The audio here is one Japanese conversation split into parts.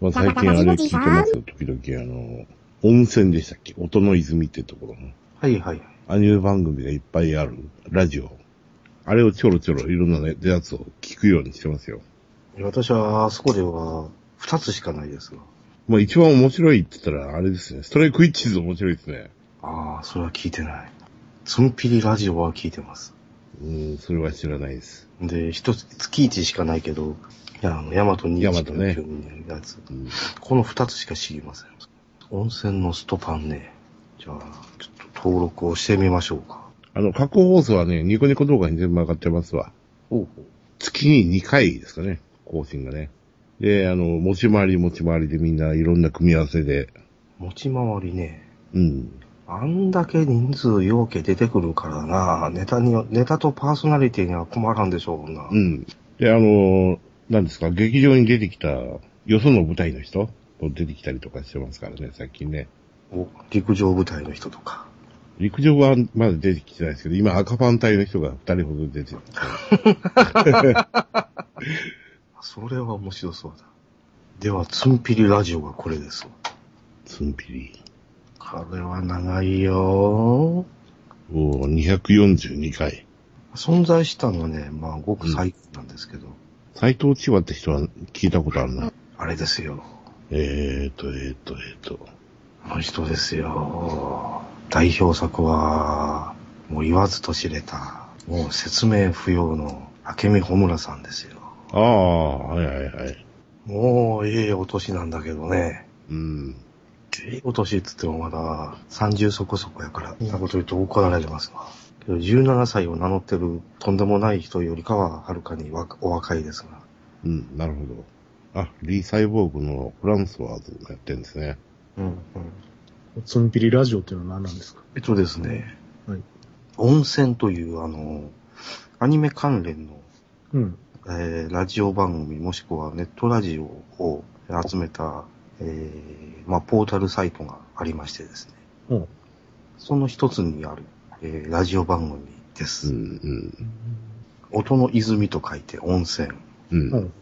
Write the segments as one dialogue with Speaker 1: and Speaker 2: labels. Speaker 1: まあ、最近あれ聞いてますよ、時々あの、温泉でしたっけ音の泉ってところの。
Speaker 2: はいはい。
Speaker 1: アニメ番組がいっぱいある、ラジオ。あれをちょろちょろいろんなねやつを聞くようにしてますよ。
Speaker 2: 私は、あそこでは、二つしかないですが。
Speaker 1: まあ一番面白いって言ったら、あれですね。ストライクイッチーズ面白いですね。
Speaker 2: ああ、それは聞いてない。そのピリラジオは聞いてます。
Speaker 1: うーん、それは知らないです。
Speaker 2: で、一つ、月一しかないけど、いや、あの、ヤマト二
Speaker 1: ヤマトね
Speaker 2: のやつ。
Speaker 1: うん、
Speaker 2: この二つしか知りません。温泉のストパンね。じゃあ、ちょっと登録をしてみましょうか。
Speaker 1: あの、過去放送はね、ニコニコ動画に全部上がってますわ。
Speaker 2: おう
Speaker 1: 月に2回ですかね、更新がね。で、あの、持ち回り持ち回りでみんないろんな組み合わせで、
Speaker 2: 持ち回りね。
Speaker 1: うん。
Speaker 2: あんだけ人数要件出てくるからな、ネタに、ネタとパーソナリティには困らんでしょうな。
Speaker 1: うん。で、あの、何ですか、劇場に出てきた、よその舞台の人も出てきたりとかしてますからね、最近ね。
Speaker 2: お陸上部隊の人とか。
Speaker 1: 陸上はまだ出てきてないですけど、今赤パン隊の人が2人ほど出てる。
Speaker 2: それは面白そうだ。では、ツンピリラジオがこれですわ。
Speaker 1: ツンピリ。
Speaker 2: これは長いよ
Speaker 1: おー、242回。
Speaker 2: 存在したのはね、まあ、ごく最近なんですけど、
Speaker 1: 斎藤千葉って人は聞いたことあるな。
Speaker 2: あれですよ。
Speaker 1: えーと、えーと、えーと。
Speaker 2: あの人ですよ。代表作は、もう言わずと知れた、もう説明不要の、明美穂村さんですよ。
Speaker 1: ああ、はいはいはい。
Speaker 2: もう、ええお年なんだけどね。
Speaker 1: うん。
Speaker 2: ええお年っつってもまだ、30そこそこやから、そんなこと言うと怒られますわ。けど、17歳を名乗ってる、とんでもない人よりかは、はるかにわお若いですが。
Speaker 1: うん、なるほど。あ、リー・サイボーグのフランスワーズがやってるんですね。
Speaker 2: うん、うん。
Speaker 3: ツンピリラジオっていうのは何なんですか
Speaker 2: えっとですね、
Speaker 3: はい
Speaker 2: 温泉という、あの、アニメ関連の、
Speaker 3: うん。
Speaker 2: えーラジオ番組もしくはネットラジオを集めた、えーまあ、ポータルサイトがありましてですね。
Speaker 3: うん。
Speaker 2: その一つにある、えーラジオ番組で
Speaker 1: う
Speaker 2: す。
Speaker 1: ん、
Speaker 2: 音の泉と書いて温泉。
Speaker 1: うん。
Speaker 3: う
Speaker 1: うん。
Speaker 3: ん。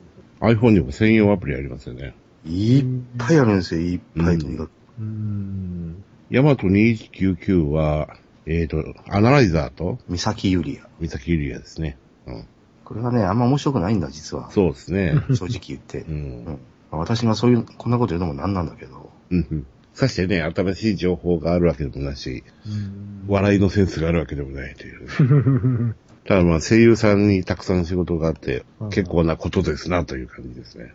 Speaker 1: iPhone にも専用アプリありますよね。
Speaker 2: いっぱいあるんですよ、いっぱいとにかく。
Speaker 3: うん。
Speaker 1: ヤマト2199は、えーと、アナライザーと、
Speaker 2: 三崎ゆりや。
Speaker 1: 三崎ゆりやですね。うん。
Speaker 2: これはね、あんま面白くないんだ、実は。
Speaker 1: そうですね。
Speaker 2: 正直言って
Speaker 1: う。
Speaker 2: うん
Speaker 1: ん。
Speaker 2: まあ私がそういう、こんなこと言うのもなんなんだけど。
Speaker 1: うんうん。さしてね、新しい情報があるわけでもないし、
Speaker 3: うん。
Speaker 1: 笑いのセンスがあるわけでもないという。ただまあ声優さんにたくさん仕事があって
Speaker 3: うん、
Speaker 1: 結構なことですなという感じですね。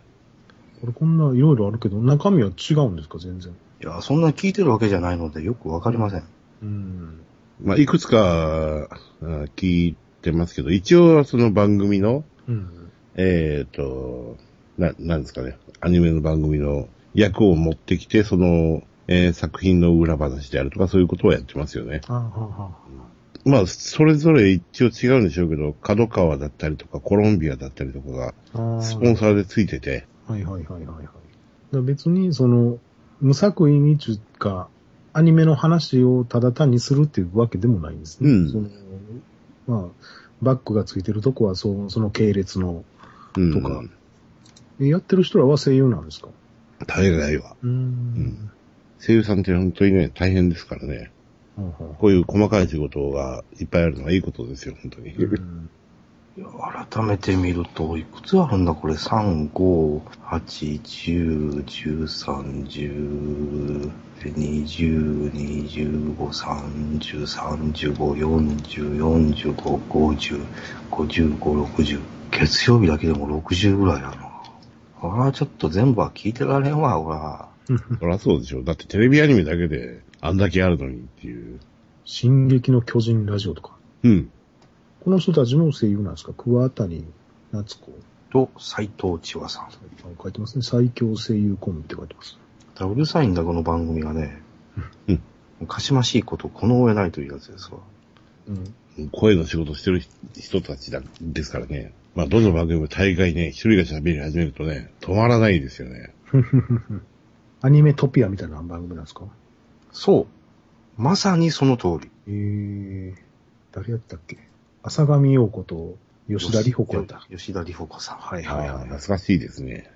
Speaker 3: これこんないろいろあるけど、中身は違うんですか全然。
Speaker 2: いや、そんな聞いてるわけじゃないので、よくわかりません。
Speaker 3: うん。
Speaker 1: まあ、いくつかあ聞いてますけど、一応その番組の、
Speaker 3: うん。
Speaker 1: えっ、と、な、なんですかね、アニメの番組の役を持ってきて、その、えー作品の裏話であるとか、そういうことをやってますよね。
Speaker 3: あーはーは
Speaker 1: まあ、それぞれ一応違うんでしょうけど、角川だったりとか、コロンビアだったりとかが、
Speaker 3: ーあー。
Speaker 1: スポンサーでついてて、
Speaker 3: はいはいはいはいはい。だから別に、その、無作為にちゅうか、アニメの話をただ単にするっていうわけでもないんですね。
Speaker 1: うん
Speaker 3: そのまあ、バックがついてるとこは、そうその系列の、
Speaker 1: うん、
Speaker 3: とかえやってる人らは声優なんですか
Speaker 1: 大概は。
Speaker 3: うーん。
Speaker 1: 声優さんって本当にね、大変ですからね。
Speaker 3: ほうほ
Speaker 1: こういう細かい仕事がいっぱいあるのはいいことですよ、本当に。
Speaker 3: ううん
Speaker 2: いや改めて見ると、いくつあるんだこれ。3、5、8、10、13、10、20、25、30、35、40、45、50、55、60。月曜日だけでも60ぐらいあるな。ほら、ちょっと全部は聞いてられんわ、ほら。
Speaker 1: そりゃそうでしょ。だってテレビアニメだけであんだけあるのにっていう。
Speaker 3: 進撃の巨人ラジオとか。
Speaker 1: うん。
Speaker 3: この人たちも声優なんですか桑谷夏子。
Speaker 2: と、斎藤千和さん。
Speaker 3: あ書いてますね。最強声優コンビって書いてます。
Speaker 2: だうるさいんだ、この番組がね。
Speaker 1: うん
Speaker 2: もうかしましいこと、この上ないというやつですわ。
Speaker 3: うん。
Speaker 1: 声の仕事してる人たちだですからね。まあ、どの番組も大概ね、一人が喋り始めるとね、止まらないですよね。
Speaker 3: アニメトピアみたいな番組なんですか
Speaker 2: そう。まさにその通り。
Speaker 3: えー、誰やったっけ浅上陽子と吉田里穂子やった。
Speaker 2: 吉田里穂子さん。はい
Speaker 3: はいはい
Speaker 1: ああ懐かしいですね。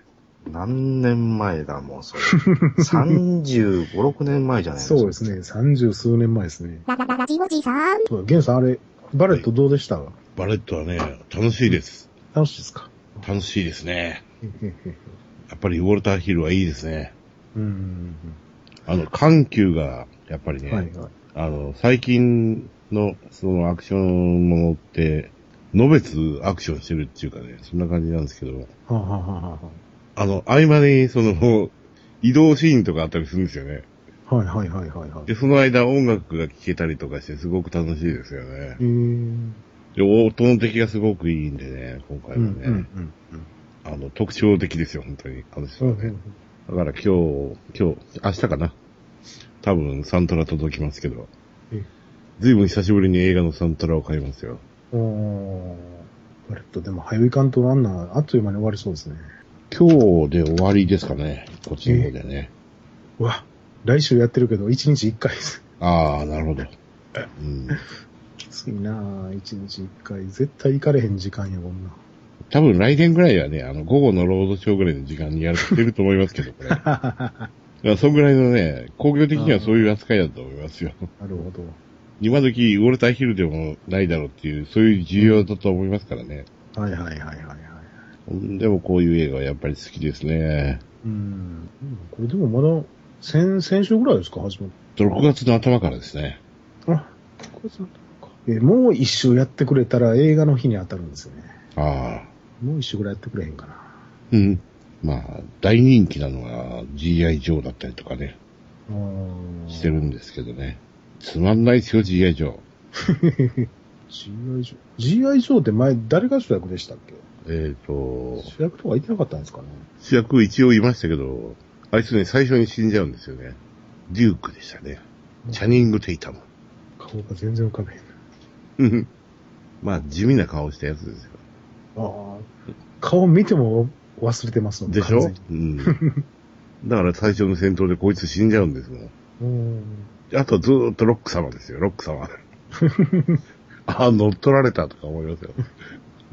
Speaker 2: 何年前だもん、それ。35、6年前じゃないですか。
Speaker 3: そうですね。三十数年前ですね。
Speaker 4: ララララジオジさん。
Speaker 3: そうだ、ゲンさんあれ、バレットどうでした、
Speaker 1: バレットはね、楽しいです。
Speaker 3: 楽しいですか
Speaker 1: 楽しいですね。やっぱりウォルターヒルはいいですね。
Speaker 3: うん。
Speaker 1: あの、緩急が、やっぱりね、
Speaker 3: はいはい。
Speaker 1: あの、最近の、そのアクションものって、のべつアクションしてるっていうかね、そんな感じなんですけど、
Speaker 3: はあ、はあはあは
Speaker 1: あの、合間に、その、移動シーンとかあったりするんですよね。
Speaker 3: あ、はいはいはいはいはい。
Speaker 1: で、その間音楽が聴けたりとかして、すごく楽しいですよね
Speaker 3: え。ー
Speaker 1: で、音の出来がすごくいいんでね、今回は
Speaker 3: うん
Speaker 1: ね、
Speaker 3: うん
Speaker 1: あの、特徴的ですよ、本当に。あの人
Speaker 3: うん
Speaker 1: はね。だから今日、今日、明日かな。多分、サントラ届きますけど
Speaker 3: ええ。
Speaker 1: ずいぶん久しぶりに映画のサントラを買いますよ。
Speaker 3: うんうん。おーバレットでも早いかんとランナー、あっという間に終わりそうですね。
Speaker 1: 今日で終わりですかね。こっちの方でね。
Speaker 3: うわ、来週やってるけど、一日一回です。
Speaker 1: ああ、なるほど。うん。
Speaker 3: きついなあ一日一回。絶対行かれへん時間や、こんな。
Speaker 1: 多分来年ぐらいはね、あの、午後のロードショーぐらいの時間にやってると思いますけど、これ。だからそんぐらいのね、工業的にはそういう扱いだと思いますよ。
Speaker 3: なるほど。
Speaker 1: 今時、ウォルターヒルでもないだろうっていう、そういう需要だと思いますからね。
Speaker 3: はいはいはいはいはい。
Speaker 1: でもこういう映画はやっぱり好きですね。
Speaker 3: うん。これでもまだ、先、先週ぐらいですか、始まっ
Speaker 1: 6月の頭からですね。
Speaker 3: た。あ、これそうだったのか。えーもう一周やってくれたら映画の日に当たるんですよね。
Speaker 1: ああ。
Speaker 3: もう一周ぐらいやってくれへんかな。
Speaker 1: うん。まあ、大人気なのが GI ジョーだったりとかね、
Speaker 3: うーん
Speaker 1: してるんですけどね。つまんないですよ、GI ジョー。
Speaker 3: GI 上 GI 上って前、誰が主役でしたっけ
Speaker 1: えっ、と、
Speaker 3: 主役とかいてなかったんですかね
Speaker 1: 主役一応いましたけど、あいつね、最初に死んじゃうんですよね。デュークでしたね。チャニング・テイタム。
Speaker 3: 顔が全然浮かべへん。
Speaker 1: うん まあ、地味な顔したやつですよ。
Speaker 3: ああ。顔見ても忘れてますもん
Speaker 1: でし
Speaker 3: 完
Speaker 1: ょ
Speaker 3: 全に
Speaker 1: うん。だから最初の戦闘でこいつ死んじゃうんですもん。
Speaker 3: うーん。
Speaker 1: あとずーっとロック様ですよ、ロック 様。ああ、乗っ取られたとか思いますよ。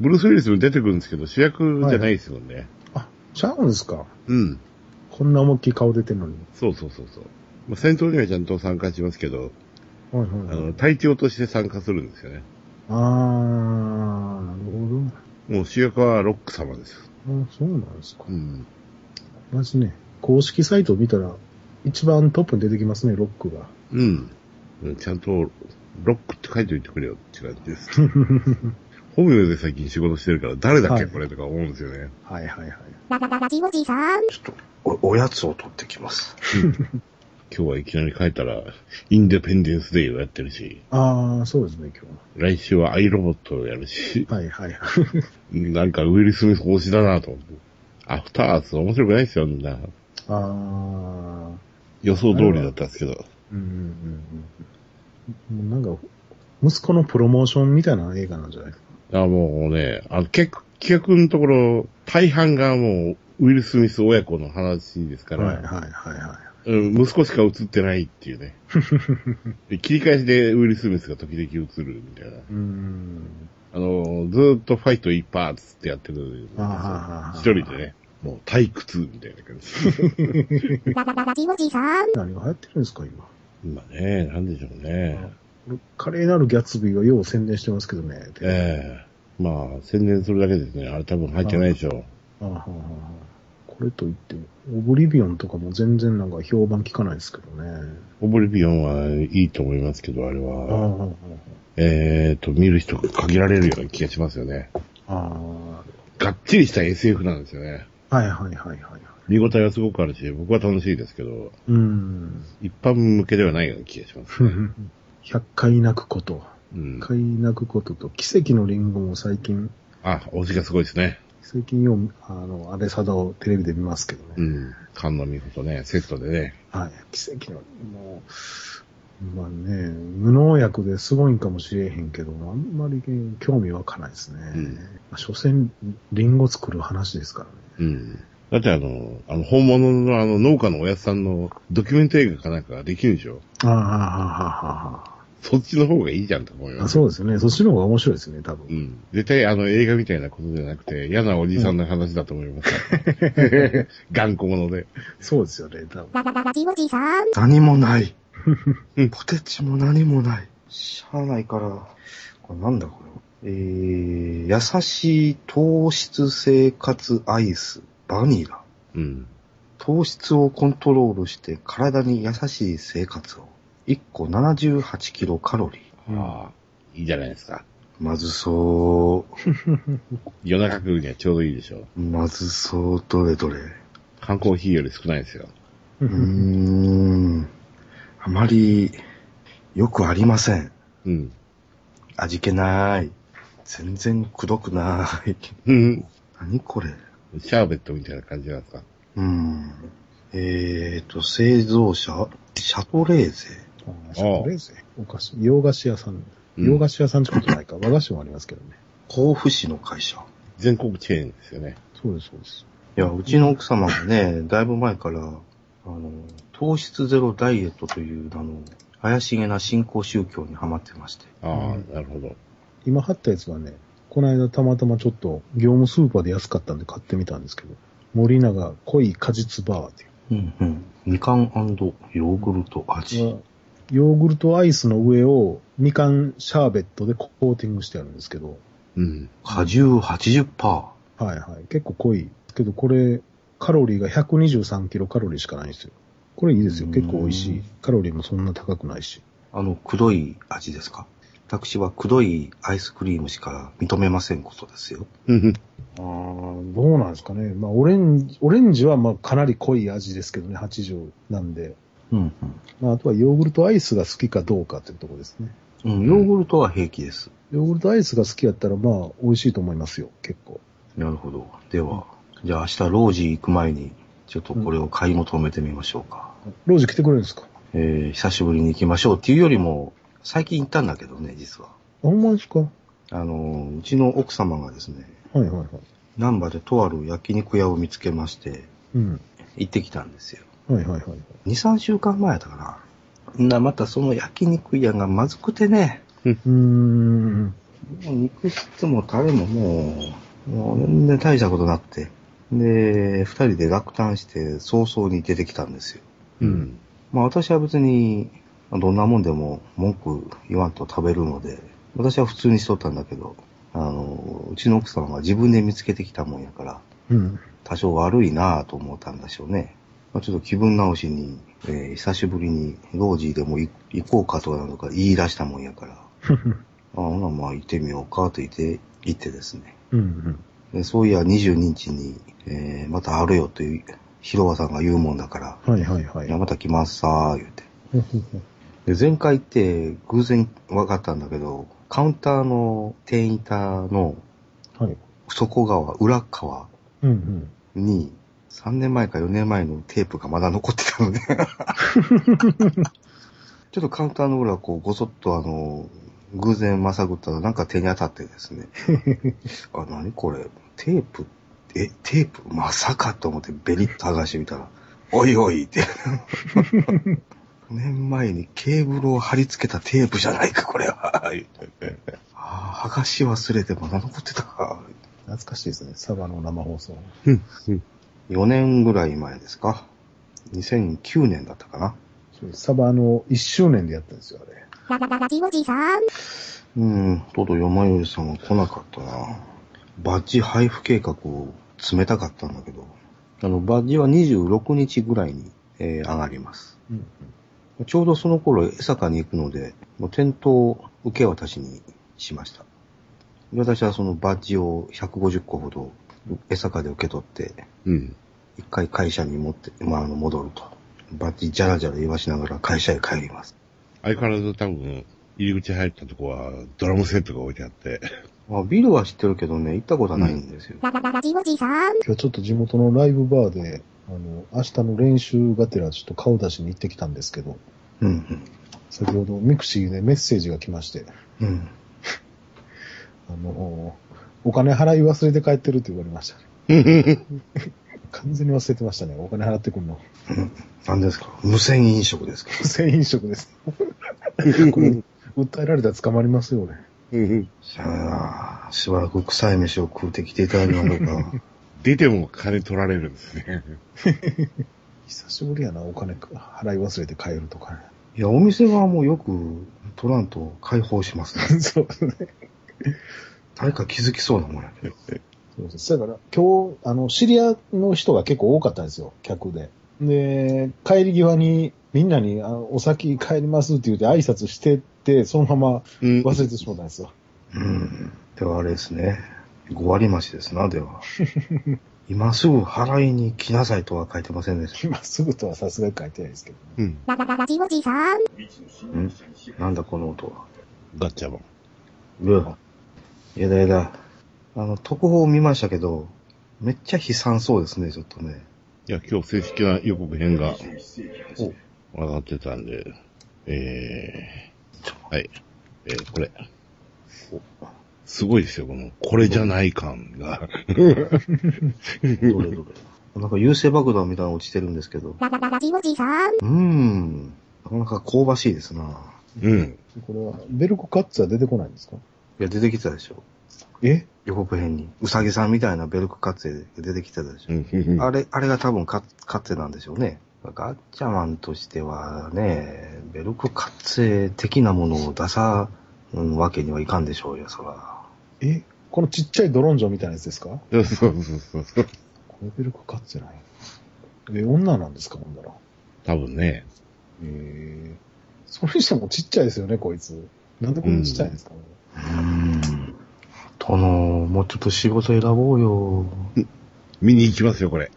Speaker 1: ブルース・ウィリスも出てくるんですけど、主役じゃないですもんね。
Speaker 3: あ、ちゃうんですか。
Speaker 1: うん。
Speaker 3: こんな大きい顔出てんのに。
Speaker 1: そうそうそうそう。まあ、戦闘にはちゃんと参加しますけど、
Speaker 3: はい
Speaker 1: あ
Speaker 3: はいはい。
Speaker 1: の、隊長として参加するんですよね。
Speaker 3: ああ、なるほど。
Speaker 1: もう主役はロック様です。
Speaker 3: あそうなんですか
Speaker 1: う。ん。
Speaker 3: まずね、公式サイトを見たら、一番トップに出てきますね、ロックが。
Speaker 1: うん。うんちゃんと、ロックって書いておいてくれよって感じです。本名で最近仕事してるから、誰だっけ、
Speaker 3: はい
Speaker 1: これとか思うんですよね。
Speaker 3: はいはいはい。
Speaker 4: ララララジオジさん。
Speaker 2: ちょっとお、おやつを取ってきます。
Speaker 1: 今日はいきなり書いたら、インデペンデンスデイをやってるし、
Speaker 3: ああ、そうですね、今
Speaker 1: 来週はアイロボットをやるし、
Speaker 3: 日は。はいはいはい。
Speaker 1: なんかウィル・スミス推しだなと思って。アフターアース面白くないですよ、みんな。
Speaker 3: ああ。
Speaker 1: 予想通りだったんですけど。
Speaker 3: うんうんうんうん。もうなんか、息子のプロモーションみたいな映画なんじゃない
Speaker 1: あもうね、あの、結局、企画のところ、大半がもう、ウィル・スミス親子の話ですから、
Speaker 3: はいはいはいは
Speaker 1: うん、息子しか映ってないっていう ね。で切り返しでウィル・スミスが時々映るみたいな。
Speaker 3: い。うーん。
Speaker 1: あの、ずーっとファイト一発っつってやってるのに
Speaker 3: あーはーはーはー
Speaker 1: 一人でね、もう退屈みたいな感じ。
Speaker 4: ララララジオジさん。
Speaker 3: 何が流行ってるんですか、今。
Speaker 1: 今ね、なんでしょうね。
Speaker 3: 華麗なるギャツビーはよう宣伝してますけどね。
Speaker 1: ええまあ、宣伝するだけですね。あれ多分入ってないでしょ
Speaker 3: あーはーはーはーこれといって、オブリビオンとかも全然なんか評判聞かないですけどね。
Speaker 1: う。オブリビオンはいいと思いますけど、あれ
Speaker 3: あーは
Speaker 1: は。
Speaker 3: ーはー
Speaker 1: えっ、と、見る人が限られるような気がしますよね。
Speaker 3: はー
Speaker 1: がっちりした SF なんですよね。
Speaker 3: あー。はいはいはいはいはい。
Speaker 1: 見応えがすごくあるし、僕は楽しいですけど、
Speaker 3: うー ん。
Speaker 1: 一般向けではないような気がします。
Speaker 3: 百回泣くこと。
Speaker 1: うん。
Speaker 3: 百回泣くことと、奇跡のリンゴも最近
Speaker 1: あ、推しがすごいですね。
Speaker 3: 最近よう、あの、安倍サダをテレビで見ますけどね。
Speaker 1: うん。菅野美穂とね、セットでね。
Speaker 3: はい。奇跡の、もう、まあね、無農薬ですごいんかもしれへんけど、あんまりね興味湧かないですね。
Speaker 1: うん
Speaker 3: まあ、所詮、リンゴ作る話ですからね。
Speaker 1: うん。だってあの、あの、本物のあの、農家のおやつさんのドキュメント映画かなんかができるでしょ
Speaker 3: ああ、はあはあはあはあ。
Speaker 1: そっちの方がいいじゃんと思いま
Speaker 3: あ
Speaker 1: す。
Speaker 3: そうですよね。そっちの方が面白いですね、多分。
Speaker 1: うん。絶対あの映画みたいなことじゃなくて、嫌なおじさんの話だと思います。 頑固者で。
Speaker 3: そうですよね、多分。
Speaker 4: ララララジオジさん。
Speaker 2: 何も ない。ポテチも何もない。しゃあないから。これなんだこれ。えー、優しい糖質生活アイス、バニラ。
Speaker 1: うん。
Speaker 2: 糖質をコントロールして体に優しい生活を。1個78キロカロリー。
Speaker 1: ああ、いいじゃないですか。
Speaker 2: まずそ
Speaker 1: 夜中来るにはちょうどいいでしょう。
Speaker 2: う。まずそう、どれどれ。
Speaker 1: 缶コーヒーより少ないですよ。
Speaker 2: うーん。あまり、よくありません。
Speaker 1: うん。
Speaker 2: 味気ない。全然くどくない。
Speaker 1: うん。
Speaker 2: 何これ。
Speaker 1: シャーベットみたいな感じなんですか。
Speaker 2: うん。えーと、製造者、シャトレーゼ。
Speaker 3: あそうですねお菓子、洋菓子屋さん。洋菓
Speaker 1: 子。
Speaker 3: 子屋さんってことないか。和菓子もありますけどね。
Speaker 2: 甲府市の会社。
Speaker 1: 全国チェーンですよね。
Speaker 3: そうです、そうです。
Speaker 2: いや、うちの奥様がね、だいぶ前から、あの、糖質ゼロダイエットという、あの、怪しげな新興宗教にはまってまして。
Speaker 1: ああ、
Speaker 3: うん
Speaker 1: なるほど。
Speaker 3: 今貼ったやつがね、この間たまたまちょっと業務スーパーで安かったんで買ってみたんですけど、森永濃い果実バーっていう。
Speaker 2: うんうん。みかんヨーグルト味。
Speaker 3: ヨーグルトアイスの上をみかんシャーベットでコーティングしてあるんですけど、
Speaker 1: うん。
Speaker 2: 果汁80%。
Speaker 3: はいはい。結構濃い。けどこれ、カロリーが123キロカロリーしかないんですよ。これいいですよ。結構美味し
Speaker 2: う
Speaker 3: い
Speaker 2: ん。
Speaker 3: カロリーもそんな高くないし。
Speaker 2: あの、黒い味ですか私は黒いアイスクリームしか認めませんことですよ。
Speaker 1: うん。
Speaker 3: ああ、どうなんですかね。まあ、オレンジ、オレンジはまあかなり濃い味ですけどね、80なんで。
Speaker 2: うん、
Speaker 3: まあ、あとはヨーグルトアイスが好きかどうかというところですね。
Speaker 2: うん。ヨーグルトは平気です。
Speaker 3: ヨーグルトアイスが好きやったら、まあ、美味しいと思いますよ、結構。
Speaker 2: なるほど。では、じゃあ明日ロージー行く前に、ちょっとこれを買い求めてみましょうか。
Speaker 3: ロージ来てくれるんですか
Speaker 2: えー、久しぶりに行きましょうっていうよりも、最近行ったんだけどね、実は。
Speaker 3: あ、ほんまですかは
Speaker 2: あのー、うちの奥様がですね、
Speaker 3: いはいはい。
Speaker 2: 南波でとある焼肉屋を見つけまして、
Speaker 3: うん。
Speaker 2: 行ってきたんですよ。
Speaker 3: はいはいはい。
Speaker 2: 2、3週間前だったかな。な、またその焼肉屋がまずくてね、
Speaker 3: うーん。
Speaker 2: もう肉質もタレももう、もう全然大したことなくて。で、二人で落胆して早々に出てきたんですよ。
Speaker 1: うん。
Speaker 2: まあ私は別に、どんなもんでも文句言わんと食べるので、私は普通にしとったんだけど、あの、うちの奥さんは自分で見つけてきたもんやから、
Speaker 3: うん。
Speaker 2: 多少悪いなぁと思ったんでしょうね。まあ、ちょっと気分直しに、えー久しぶりにロージーでもい行こうかとかなんとか言い出したもんやから、あほなまあ行ってみようかと言って、行ってですね。
Speaker 3: うんうん。
Speaker 2: でそういや22日に、えーまたあるよという、広場さんが言うもんだから、
Speaker 3: はいはいはい
Speaker 2: いやまた来ますさー、言うて。
Speaker 3: い。
Speaker 2: で、前回行って偶然分かったんだけど、カウンターの店員ターの
Speaker 3: はい。
Speaker 2: 底側、裏側
Speaker 3: うんうん。
Speaker 2: に、3年前か4年前のテープがまだ残ってたので、ちょっとカウンターの裏、こう、ごそっとあの、偶然まさぐったらなんか手に当たってですね。あ、何これテープえ、テープまさかと思ってベリッと剥がしてみたら、おいおいって。5年前にケーブルを貼り付けたテープじゃないか、これは。言ってああ、剥がし忘れてまだ残ってたか。
Speaker 3: 懐かしいですね、サバの生放送。
Speaker 2: 4年ぐらい前ですか。2009年だったかな。
Speaker 3: そうですサバの1周年でやったんですよ、あれ。
Speaker 4: ララララジオジさん。
Speaker 2: うん、とうとう山よりさんは来なかったな。バッジ配布計画を詰めたかったんだけど、あの、バッジは26日ぐらいに、えー上がります。
Speaker 3: うん
Speaker 2: ちょうどその頃、江坂に行くので、もう店頭受け渡しにしました。で私はそのバッジを150個ほど江坂で受け取って、
Speaker 1: うん。
Speaker 2: 一回会社に持って、まあ、あの、戻ると。バッジじゃらじゃら言わしながら会社へ帰ります。
Speaker 1: 相変わらず多分、入り口入ったとこは、ドラムセットが置いてあって、
Speaker 2: まあ、ビルは知ってるけどね、行ったことはないんですよ。
Speaker 4: ララララジオジさん。
Speaker 3: 今日ちょっと地元のライブバーで、あの、明日の練習がてらちょっと顔出しに行ってきたんですけど、
Speaker 2: うん、うん、
Speaker 3: 先ほどミクシーでメッセージが来まして、
Speaker 2: うん。
Speaker 3: あの、お金払い忘れて帰ってるって言われましたね。完全に忘れてましたね。お金払ってくるの。
Speaker 2: 何ですか無線飲食ですか
Speaker 3: 無線飲食です。これ訴えられたら捕まりますよ、俺。
Speaker 1: うんうん
Speaker 2: しゃあなしばらく臭い飯を食うてきていただきましょう か。
Speaker 1: 出ても金取られるんですね。
Speaker 3: 久しぶりやな、お金払い忘れて帰る とかね。
Speaker 2: いや、お店側もよく取らんと解放しますね。
Speaker 3: そうですね。
Speaker 2: 誰か気づきそうなもんやけど。
Speaker 5: そうそう。だから、今日、あの、知り合いの人が結構多かったんですよ、客で。で、帰り際に、みんなに、あお先帰りますって言って挨拶してって、そのま
Speaker 1: うん
Speaker 5: ま忘れてしまったんですよ。
Speaker 2: うん。ではあれですね。5割増しですな、で は。今すぐ払いに来なさいとは書いてませんでした。
Speaker 5: 今すぐとはさすがに書いてないですけど、ね。
Speaker 1: うん。
Speaker 4: ララララジオジさん。
Speaker 2: んなんだこの音は。
Speaker 1: ガッチャマン。
Speaker 2: うわ。やだやだ。あの、特報を見ましたけど、めっちゃ悲惨そうですね、ちょっとね。
Speaker 1: いや、今日正式な予告編が上がってたんで、え
Speaker 2: ちょ
Speaker 1: ー、はい。えー、これ。すごいですよ、この、これじゃない感が。
Speaker 2: どれどれ。なんか優勢爆弾みたいなの落ちてるんですけど。
Speaker 4: ララララジオジさん。
Speaker 2: うーん。なかなか香ばしいですな。
Speaker 1: うん。
Speaker 5: これは、ベルクカッツは出てこないんですか
Speaker 2: いや、出てきたでしょ。
Speaker 5: え
Speaker 2: 予告編に。うさぎさんみたいなベルクカッツェ出てきたでし
Speaker 1: う
Speaker 2: ょ。
Speaker 1: ん
Speaker 2: あれ、あれが多分カッカッツェなんでしょうね。ガッチャマンとしてはね、ベルクカッツェ的なものを出さ、うん、わけにはいかんでしょうよ、そら。
Speaker 5: えこのちっちゃいドロンジョみたいなやつですか
Speaker 1: そうそうそうそう。
Speaker 5: これベルクカッツじゃない。え、女なんですかほんだら。
Speaker 1: 多分ね。
Speaker 5: えー、それにしてもちっちゃいですよね、こいつ。なんでこんなちっちゃいんですか、
Speaker 2: うーん。殿、もうちょっと仕事選ぼうよ。
Speaker 1: 見に行きますよ、これ。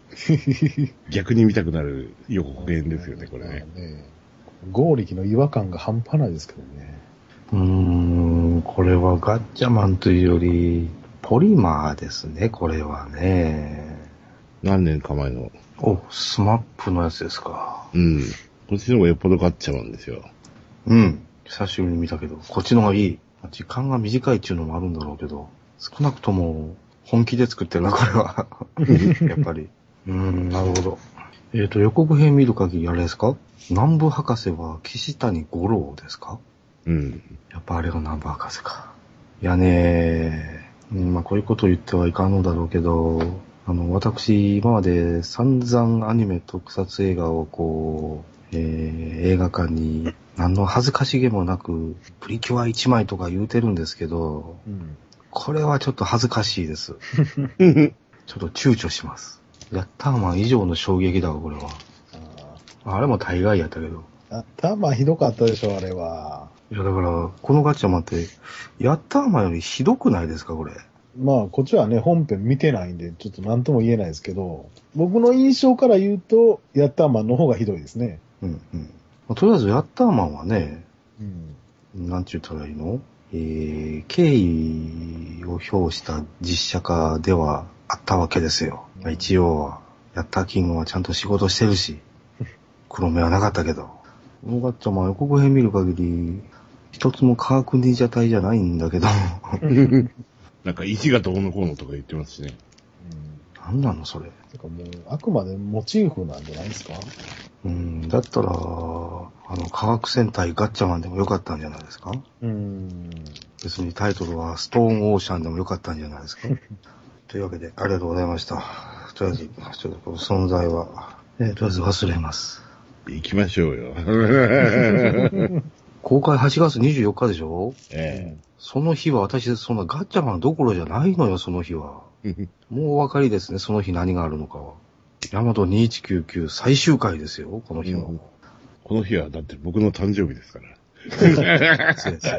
Speaker 1: 逆に見たくなる予告編ですよね、これね。
Speaker 5: ね。合力の違和感が半端ないですけどね。
Speaker 2: うーん、これはガッチャマンというより、ポリマーですね、これはね。
Speaker 1: 何年か前の。
Speaker 2: お、スマップのやつですか。
Speaker 1: うん。こっちの方がよっぽどガッチャマンですよ。
Speaker 2: うん。久しぶりに見たけど、こっちの方がいい。時間が短いっていうのもあるんだろうけど、少なくとも本気で作ってるな、これは。 やっぱり。うーん、なるほど。えっ、と、予告編見る限りあれですか南部博士は岸谷五郎ですか
Speaker 1: うん。
Speaker 2: やっぱあれが南部博士か。いやねー、うんまあこういうことを言ってはいかんのだろうけど、あの、私、今まで散々アニメ特撮映画をこう、えー映画館に何の恥ずかしげもなく、プリキュア1枚とか言うてるんですけど、
Speaker 5: うん。
Speaker 2: これはちょっと恥ずかしいです。ちょっと躊躇します。ヤッターマン以上の衝撃だわ、これは。
Speaker 5: あ
Speaker 2: あれも大概やったけど。
Speaker 5: ー頭ひどかったでしょ、あれは。
Speaker 2: いや、だから、このガチャマンって、ヤッターマンよりひどくないですか、これ。
Speaker 5: まあ、こっちはね、本編見てないんで、ちょっと何とも言えないですけど、僕の印象から言うと、ヤッターマンの方がひどいですね。
Speaker 2: うんうん。まあとりあえず、ヤッターマンはね、
Speaker 5: うん。
Speaker 2: なんちゅうたらいいのえー、敬意を表した実写化ではあったわけですよ。まあ一応は、ヤッターキングはちゃんと仕事してるし、黒目はなかったけど。このガッチャマン予告編見る限り、一つも科学忍者隊じゃないんだけど、
Speaker 1: なんか石がどうのこうのとか言ってますしね。
Speaker 5: うん。
Speaker 2: なんなのそれ。
Speaker 5: てかもう、あくまでモチーフなんじゃないですか
Speaker 2: うん、だったら、あの、科学戦隊ガッチャマンでもよかったんじゃないですか
Speaker 5: うん。
Speaker 2: 別にタイトルはストーンオーシャンでもよかったんじゃない ですか。というわけで、ありがとうございました。とりあえず、ちょっとこの存在は、えーとりあえず忘れます。
Speaker 1: 行きましょうよ。
Speaker 2: 公開8月24日でしょ
Speaker 1: え
Speaker 2: その日は私、そんなガッチャマンどころじゃないのよ、その日は。
Speaker 1: え
Speaker 2: もうお分かりですね、その日何があるのかは。ヤマト2199最終回ですよ、この日は。
Speaker 1: うんこの日はだって僕の誕生日ですから。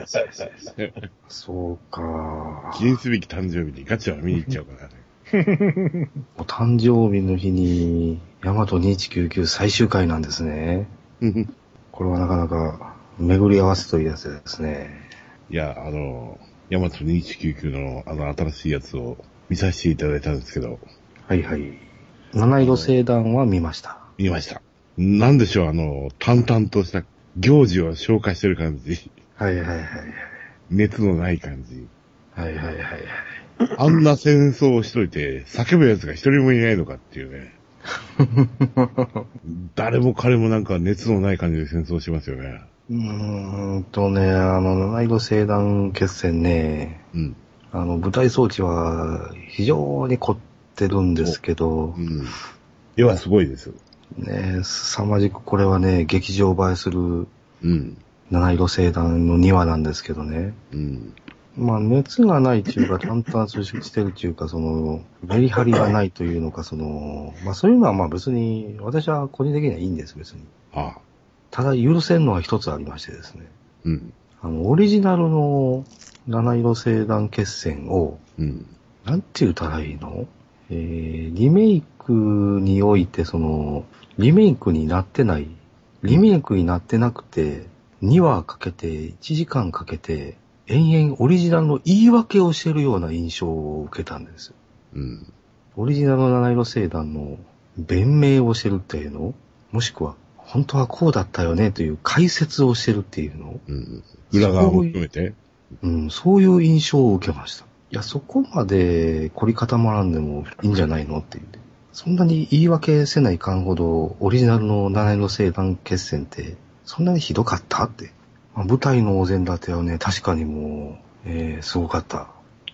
Speaker 2: そうか。
Speaker 1: 記念すべき誕生日にガチャは見に行っちゃうからね。
Speaker 2: お誕生日の日に、ヤマト2199最終回なんですね。
Speaker 1: うん
Speaker 2: これはなかなか巡り合わせというやつですね。
Speaker 1: いや、あの、ヤマト2199のあの新しいやつを見させていただいたんですけど、
Speaker 2: はいはい。七色星団は見ました。
Speaker 1: 見ました。なんでしょう、あの、淡々とした行事を消化してる感じ。
Speaker 2: はいはいはい。
Speaker 1: 熱のない感じ。
Speaker 2: はいはいはいはい。
Speaker 1: あんな戦争をしといて、叫ぶ奴が一人もいないのかっていうね。誰も彼もなんか熱のない感じで戦争しますよね。
Speaker 2: うーんとね、あの、七色星団決戦ね、
Speaker 1: うん。
Speaker 2: あの、舞台装置は非常に凝ってるんですけど
Speaker 1: う、ん。絵はすごいです。
Speaker 2: ね、凄まじくこれはね、劇場映えする
Speaker 1: うん。
Speaker 2: 七色星団の2話なんですけどね。
Speaker 1: うん。
Speaker 2: まあ、熱がないというか、淡々としてるというか、その、メリハリがないというのか、その、まあ、そういうのはまあ別に、私は個人的にはいいんです、別に。
Speaker 1: ああ。
Speaker 2: ただ、許せんのは一つありましてですね。
Speaker 1: うん。
Speaker 2: あの、オリジナルの七色星団決戦を、
Speaker 1: うん。
Speaker 2: なんて言ったらいいのえー、リメイクにおいて、その、リメイクになってない、リメイクになってなくて、2話かけて、1時間かけて、延々オリジナルの言い訳をしてるような印象を受けたんです。
Speaker 1: うん。
Speaker 2: オリジナルの七色星団の弁明をしてるっていうのもしくは、本当はこうだったよねという解説をしてるっていうの
Speaker 1: うん。裏側も含めて。
Speaker 2: うん、そういう印象を受けました。いや、そこまで凝り固まらんでもいいんじゃないのって言って。そんなに言い訳せないかんほど、オリジナルの七色星団決戦って、そんなにひどかったって。まあ、舞台のお膳立てはね、確かにもう、えー、すごかった。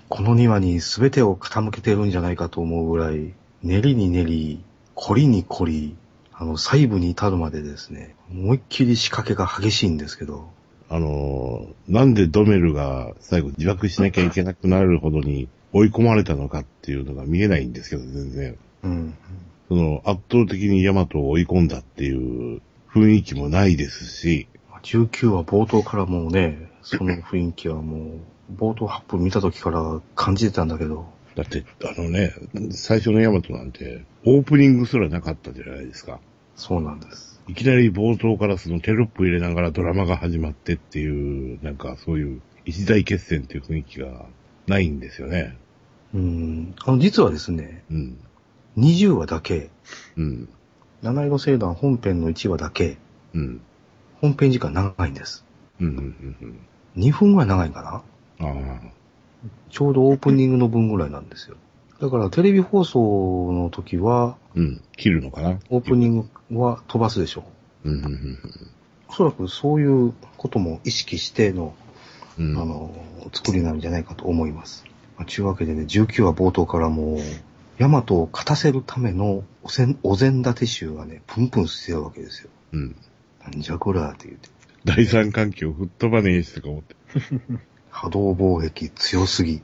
Speaker 2: この2話に全てを傾けてるんじゃないかと思うぐらい、練りに練り、凝りに凝り、あの、細部に至るまでですね、思いっきり仕掛けが激しいんですけど、
Speaker 1: あのーなんでドメルが最後自爆しなきゃいけなくなるほどに追い込まれたのかっていうのが見えないんですけど、全然。
Speaker 2: うん。
Speaker 1: その圧倒的にヤマトを追い込んだっていう雰囲気もないですし、
Speaker 2: 19は冒頭からもうね、その雰囲気はもう、冒頭8分見た時から感じてたんだけど、
Speaker 1: だって、あのね、最初のヤマトなんて、オープニングすらなかったじゃないですか。
Speaker 2: そうなんです。
Speaker 1: いきなり冒頭からそのテロップ入れながらドラマが始まってっていう、なんかそういう一大決戦っていう雰囲気がないんですよね。
Speaker 2: うん。あの、実はですね、
Speaker 1: うん。
Speaker 2: 20話だけ、
Speaker 1: うん。
Speaker 2: 七色星団本編の1話だけ、
Speaker 1: うん。
Speaker 2: 本編時間長いんです。
Speaker 1: うん。うん。
Speaker 2: 2分ぐらい長いかな
Speaker 1: うん。ああ。
Speaker 2: ちょうどオープニングの分ぐらいなんですよ。だからテレビ放送の時は、
Speaker 1: うん。切るのかな
Speaker 2: オープニングは飛ばすでしょう。
Speaker 1: うん。うん。
Speaker 2: おそらくそういうことも意識しての
Speaker 1: うん。うん
Speaker 2: あ、の、作りなんじゃないかと思います。まあ、ちゅうわけでね、19話冒頭からもう、ヤマトを勝たせるためのお膳、お膳立て集がね、プンプンしてるわけですよ。
Speaker 1: うん。
Speaker 2: なんじゃこらーって言って。
Speaker 1: 第三環境吹っ飛ばねえしとか思って。
Speaker 2: 波動防壁強すぎ。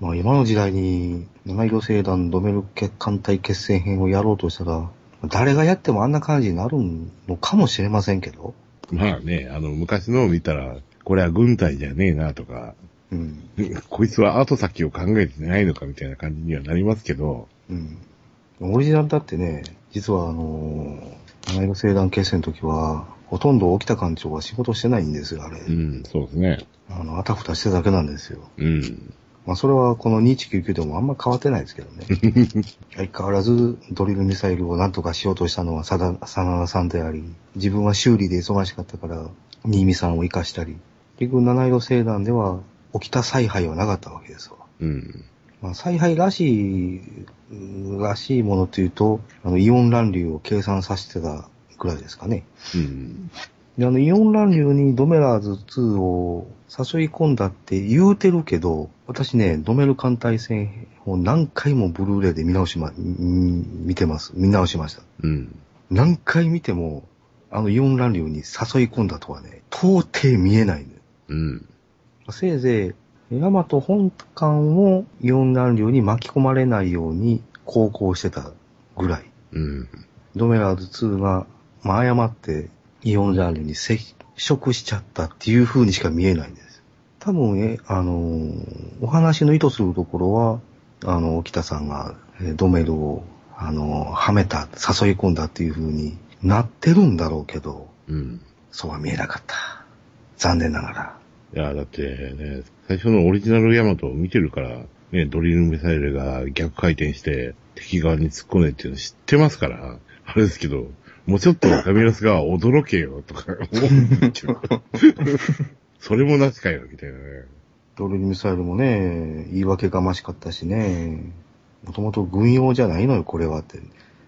Speaker 2: まあ今の時代に、七色星団ドメル血艦隊決戦編をやろうとしたら、誰がやってもあんな感じになるのかもしれませんけど。
Speaker 1: まあね、あの、昔のを見たら、これは軍隊じゃねえなとか、
Speaker 2: うん。
Speaker 1: こいつは後先を考えてないのかみたいな感じにはなりますけど、
Speaker 2: うん。オリジナルだってね、実はあのー、七色星団決戦の時は、ほとんど沖田館長は仕事してないんですよ、あれ。
Speaker 1: うん、そうですね。
Speaker 2: あの、あたふたしてただけなんですよ。
Speaker 1: うん。
Speaker 2: まあ、それはこの2199でもあんま変わってないですけどね。 相変わらずドリルミサイルをなんとかしようとしたのはさだ、さなさんであり、自分は修理で忙しかったから、新見さんを活かしたり、結局七色星団では、沖田采配はなかったわけですわ。
Speaker 1: うん。
Speaker 2: まあ、采配らしい、うんらしいものというと、あの、イオン乱流を計算させてたぐらいですかね。
Speaker 1: うん。
Speaker 2: で、あの、イオン乱流にドメラーズ2を誘い込んだって言うてるけど、私ね、ドメル艦隊戦を何回もブルーレイで見直しま、ん見てます。見直しました。
Speaker 1: うん。
Speaker 2: 何回見ても、あのイオン乱流に誘い込んだとはね、到底見えないのよ
Speaker 1: うん。
Speaker 2: せいぜい、ヤマト本館をイオン乱流に巻き込まれないように航行してたぐらい。
Speaker 1: うん。
Speaker 2: ドメラーズ2が、まあ、誤ってイオン乱流に接触しちゃったっていう風にしか見えないんです。多分、え、あのーお話の意図するところは、あの、北さんがえードメルを、あのーはめた、誘い込んだっていう風になってるんだろうけど、
Speaker 1: うん。
Speaker 2: そうは見えなかった。残念ながら。
Speaker 1: いや、だってね、最初のオリジナルヤマトを見てるから、ね、ドリルミサイルが逆回転して敵側に突っ込んでっていうの知ってますから、あれですけど、もうちょっとガミラスが驚けよとか思うんですよそれもなしかよ、みたいなね。
Speaker 2: ドルミサイルもね、言い訳がましかったしね、もともと軍用じゃないのよ、これはって。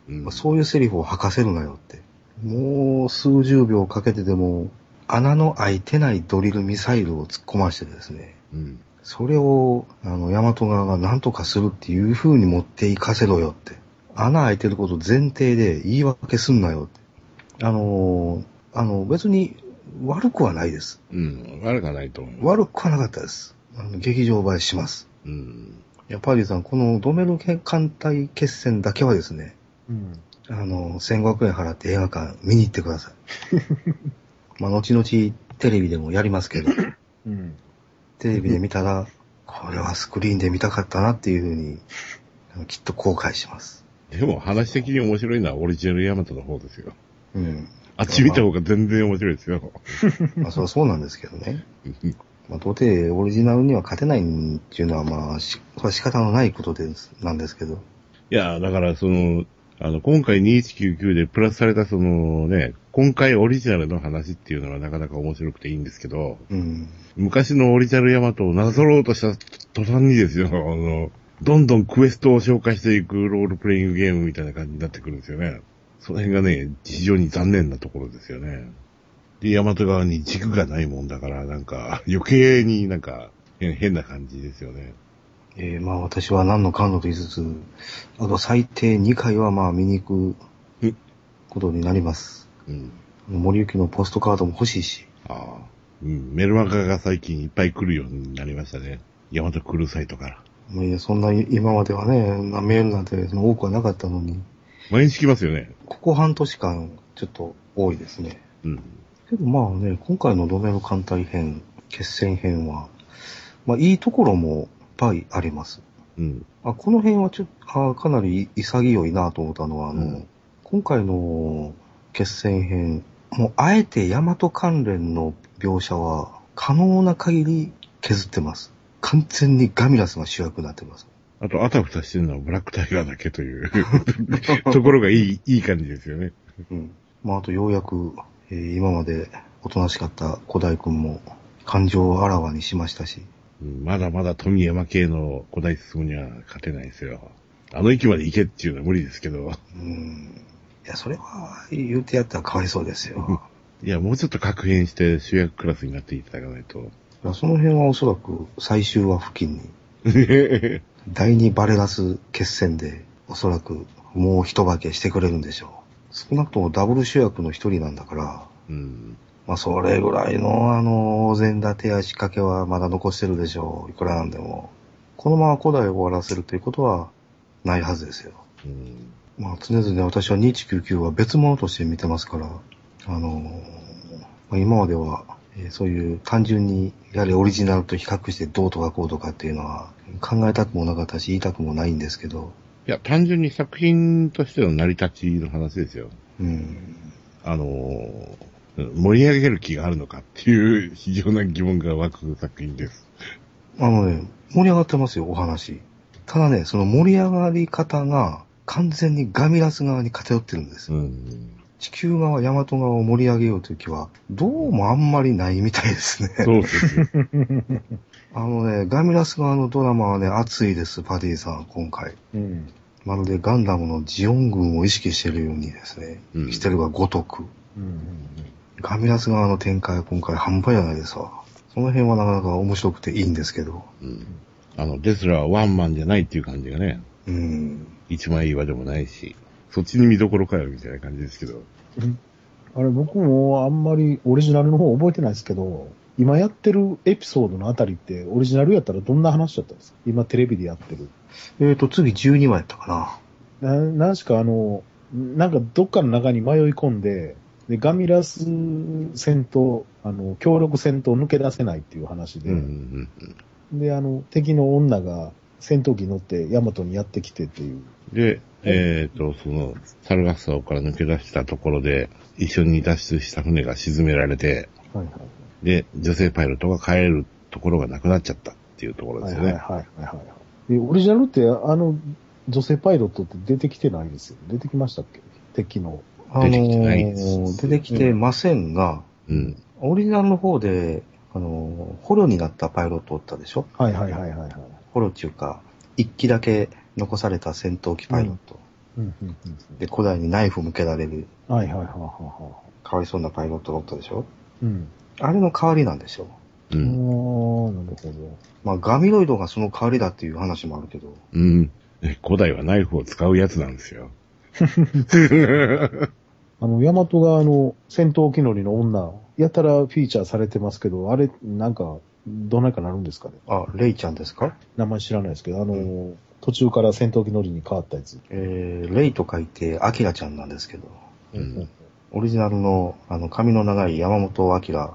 Speaker 1: うん
Speaker 2: そういうセリフを吐かせるなよって。もう数十秒かけてでも、穴の開いてないドリルミサイルを突っ込ましてですね、
Speaker 1: うん。
Speaker 2: それを、あの、ヤマト側が何とかするっていう風に持っていかせろよって。穴開いてること前提で言い訳すんなよって。あのーあの、別に悪くはないです。
Speaker 1: うん。悪くはないと思う。
Speaker 2: 悪くはなかったです。あの劇場映えします。
Speaker 1: うん。
Speaker 2: いや、パーリーさん、このドメル艦隊決戦だけはですね、
Speaker 5: うん。
Speaker 2: あの、1500円払って映画館見に行ってください。まあ、後々テレビでもやりますけど、
Speaker 5: うん。
Speaker 2: テレビで見たら、これはスクリーンで見たかったなっていうふうにあの、きっと後悔します。
Speaker 1: でも話的に面白いのはオリジナルヤマトの方ですよ。
Speaker 2: うん。
Speaker 1: あっち見た方が全然面白いですよ。
Speaker 2: まあ、それはそうなんですけどね。まあ、到底オリジナルには勝てないっていうのは、まあ、しそれは仕方のないことです、なんですけど。
Speaker 1: いや、だからその、あの、今回2199でプラスされたそのね、今回オリジナルの話っていうのはなかなか面白くていいんですけど、
Speaker 2: うん。
Speaker 1: 昔のオリジナルヤマトをなぞろうとした途端にですよ、あの、どんどんクエストを紹介していくロールプレイングゲームみたいな感じになってくるんですよね。その辺がね、非常に残念なところですよね。で、ヤマト側に軸がないもんだから、なんか、余計になんか、変変な感じですよね。
Speaker 2: えーまあ、私は何の感度と言いつつ、あと最低2回はまあ見に行くことになります。
Speaker 1: うん。
Speaker 2: 森行のポストカードも欲しいし。
Speaker 1: ああ。うん、メルマガが最近いっぱい来るようになりましたね。ヤマト来るサイトから。
Speaker 2: まあいやそんな今まではね、なメールなんてその多くはなかったのに、
Speaker 1: 毎日来ますよね。
Speaker 2: ここ半年間ちょっと多いですね。
Speaker 1: うん。
Speaker 2: けどまあね、今回のドメル艦隊編、決戦編は、まあいいところもいっぱいあります。
Speaker 1: うん。
Speaker 2: あこの辺はちょっと、あかなり潔いなと思ったのは、あの、
Speaker 1: うん
Speaker 2: 今回の決戦編、もうあえて大和関連の描写は可能な限り削ってます。完全にガミラスが主役になってます。
Speaker 1: あと、あたふたしてるのはブラックタイガーだけというところがいい、いい感じですよね。
Speaker 2: うん。まああとようやく、えー今までおとなしかった小大君も感情をあらわにしましたし、
Speaker 1: うんまだまだ富山系の古代進むには勝てないですよ。あの域まで行けっていうのは無理ですけど、
Speaker 2: うん。いや、それは言うてやったらかわいそうですよ。
Speaker 1: いや、もうちょっと確変して主役クラスになっていただかないと。
Speaker 2: いやその辺はおそらく最終話付近に第2バレガス決戦で、おそらくもう一化けしてくれるんでしょう。少なくともダブル主役の一人なんだから、
Speaker 1: うん。
Speaker 2: まあそれぐらいのあの、大膳立てや仕掛けはまだ残してるでしょう。いくらなんでも。このまま古代を終わらせるということはないはずですよ。
Speaker 1: うん。
Speaker 2: まあ常々私は2199は別物として見てますから、あのまあ今までは、えーそういう単純にやはりオリジナルと比較してどうとかこうとかっていうのは考えたくもなかったし言いたくもないんですけど、
Speaker 1: いや、単純に作品としての成り立ちの話ですよ。
Speaker 2: うん、
Speaker 1: あのー盛り上げる気があるのかっていう非常な疑問が湧く作品です。
Speaker 2: あのね、盛り上がってますよ、お話。ただね、その盛り上がり方が完全にガミラス側に偏ってるんです。
Speaker 1: うん。
Speaker 2: 地球側、ヤマト側を盛り上げようという気は、どうもあんまりないみたいですね。
Speaker 1: そうです よ。
Speaker 2: あのね、ガミラス側のドラマはね、熱いです、パディさん、今回。
Speaker 5: うん。
Speaker 2: まるでガンダムのジオン軍を意識してるようにですね、
Speaker 1: うん
Speaker 2: してるがごとく。
Speaker 5: うん。
Speaker 2: ガミラス側の展開は今回半端じゃないですわ。その辺はなかなか面白くていいんですけど。
Speaker 1: うん。あの、デスラーはワンマンじゃないっていう感じがね、
Speaker 2: うん。
Speaker 1: 一枚岩でもないし、そっちに見どころかよみたいな感じですけど。
Speaker 5: あれ、僕もあんまりオリジナルの方覚えてないですけど、今やってるエピソードのあたりって、オリジナルやったらどんな話だったんですか今テレビでやってる。
Speaker 2: えーと、次12話やったかな。
Speaker 5: な、なんしかあの、なんかどっかの中に迷い込んで、で、ガミラス戦と、あの、協力戦と抜け出せないっていう話で、
Speaker 1: うんうん
Speaker 5: で、あの、敵の女が戦闘機に乗ってヤマトにやってきてっていう。
Speaker 1: うん。で、えっ、と、その、サルガッサオから抜け出したところで、一緒に脱出した船が沈められて、
Speaker 5: はいは
Speaker 1: で、女性パイロットが帰れるところがなくなっちゃったっていうところで
Speaker 5: は
Speaker 1: す
Speaker 5: い
Speaker 1: よ
Speaker 5: は
Speaker 1: ね。
Speaker 5: いはいはいはい。で、オリジナルって、あの、女性パイロットって出てきてないですよ。出てきましたっけ敵の。
Speaker 2: あの
Speaker 1: 出てきてないで
Speaker 2: ー、
Speaker 1: す
Speaker 2: 出てきてませんが、
Speaker 1: うん。
Speaker 2: オリジナルの方で、あのー、捕虜になったパイロットおったでしょ
Speaker 5: はいはいはいはいはい。
Speaker 2: 捕虜っていうか、一機だけ残された戦闘機パイロット。
Speaker 5: うんうんうん
Speaker 2: で、古代にナイフ向けられる、
Speaker 5: うん。はいはいはいはいは
Speaker 2: かわいそうなパイロットがおったでしょ
Speaker 5: うん。
Speaker 2: あれの代わりなんでしょう。
Speaker 5: あ
Speaker 1: う。
Speaker 5: あ、なんるほど。
Speaker 2: まあ、ガミロイドがその代わりだっていう話もあるけど、
Speaker 1: うん。ね古代はナイフを使うやつなんですよ。
Speaker 5: あの、ヤマトがあの、戦闘機乗りの女、やたらフィーチャーされてますけど、あれ、なんか、どないかなるんですかね
Speaker 2: あ、レイちゃんですか
Speaker 5: 名前知らないですけど、あの、
Speaker 2: う
Speaker 5: 途中から戦闘機乗りに変わったやつ。
Speaker 2: えー、レイと書いて、アキラちゃんなんですけど、
Speaker 1: うん
Speaker 2: オリジナルの、あの、髪の長い山本アキラ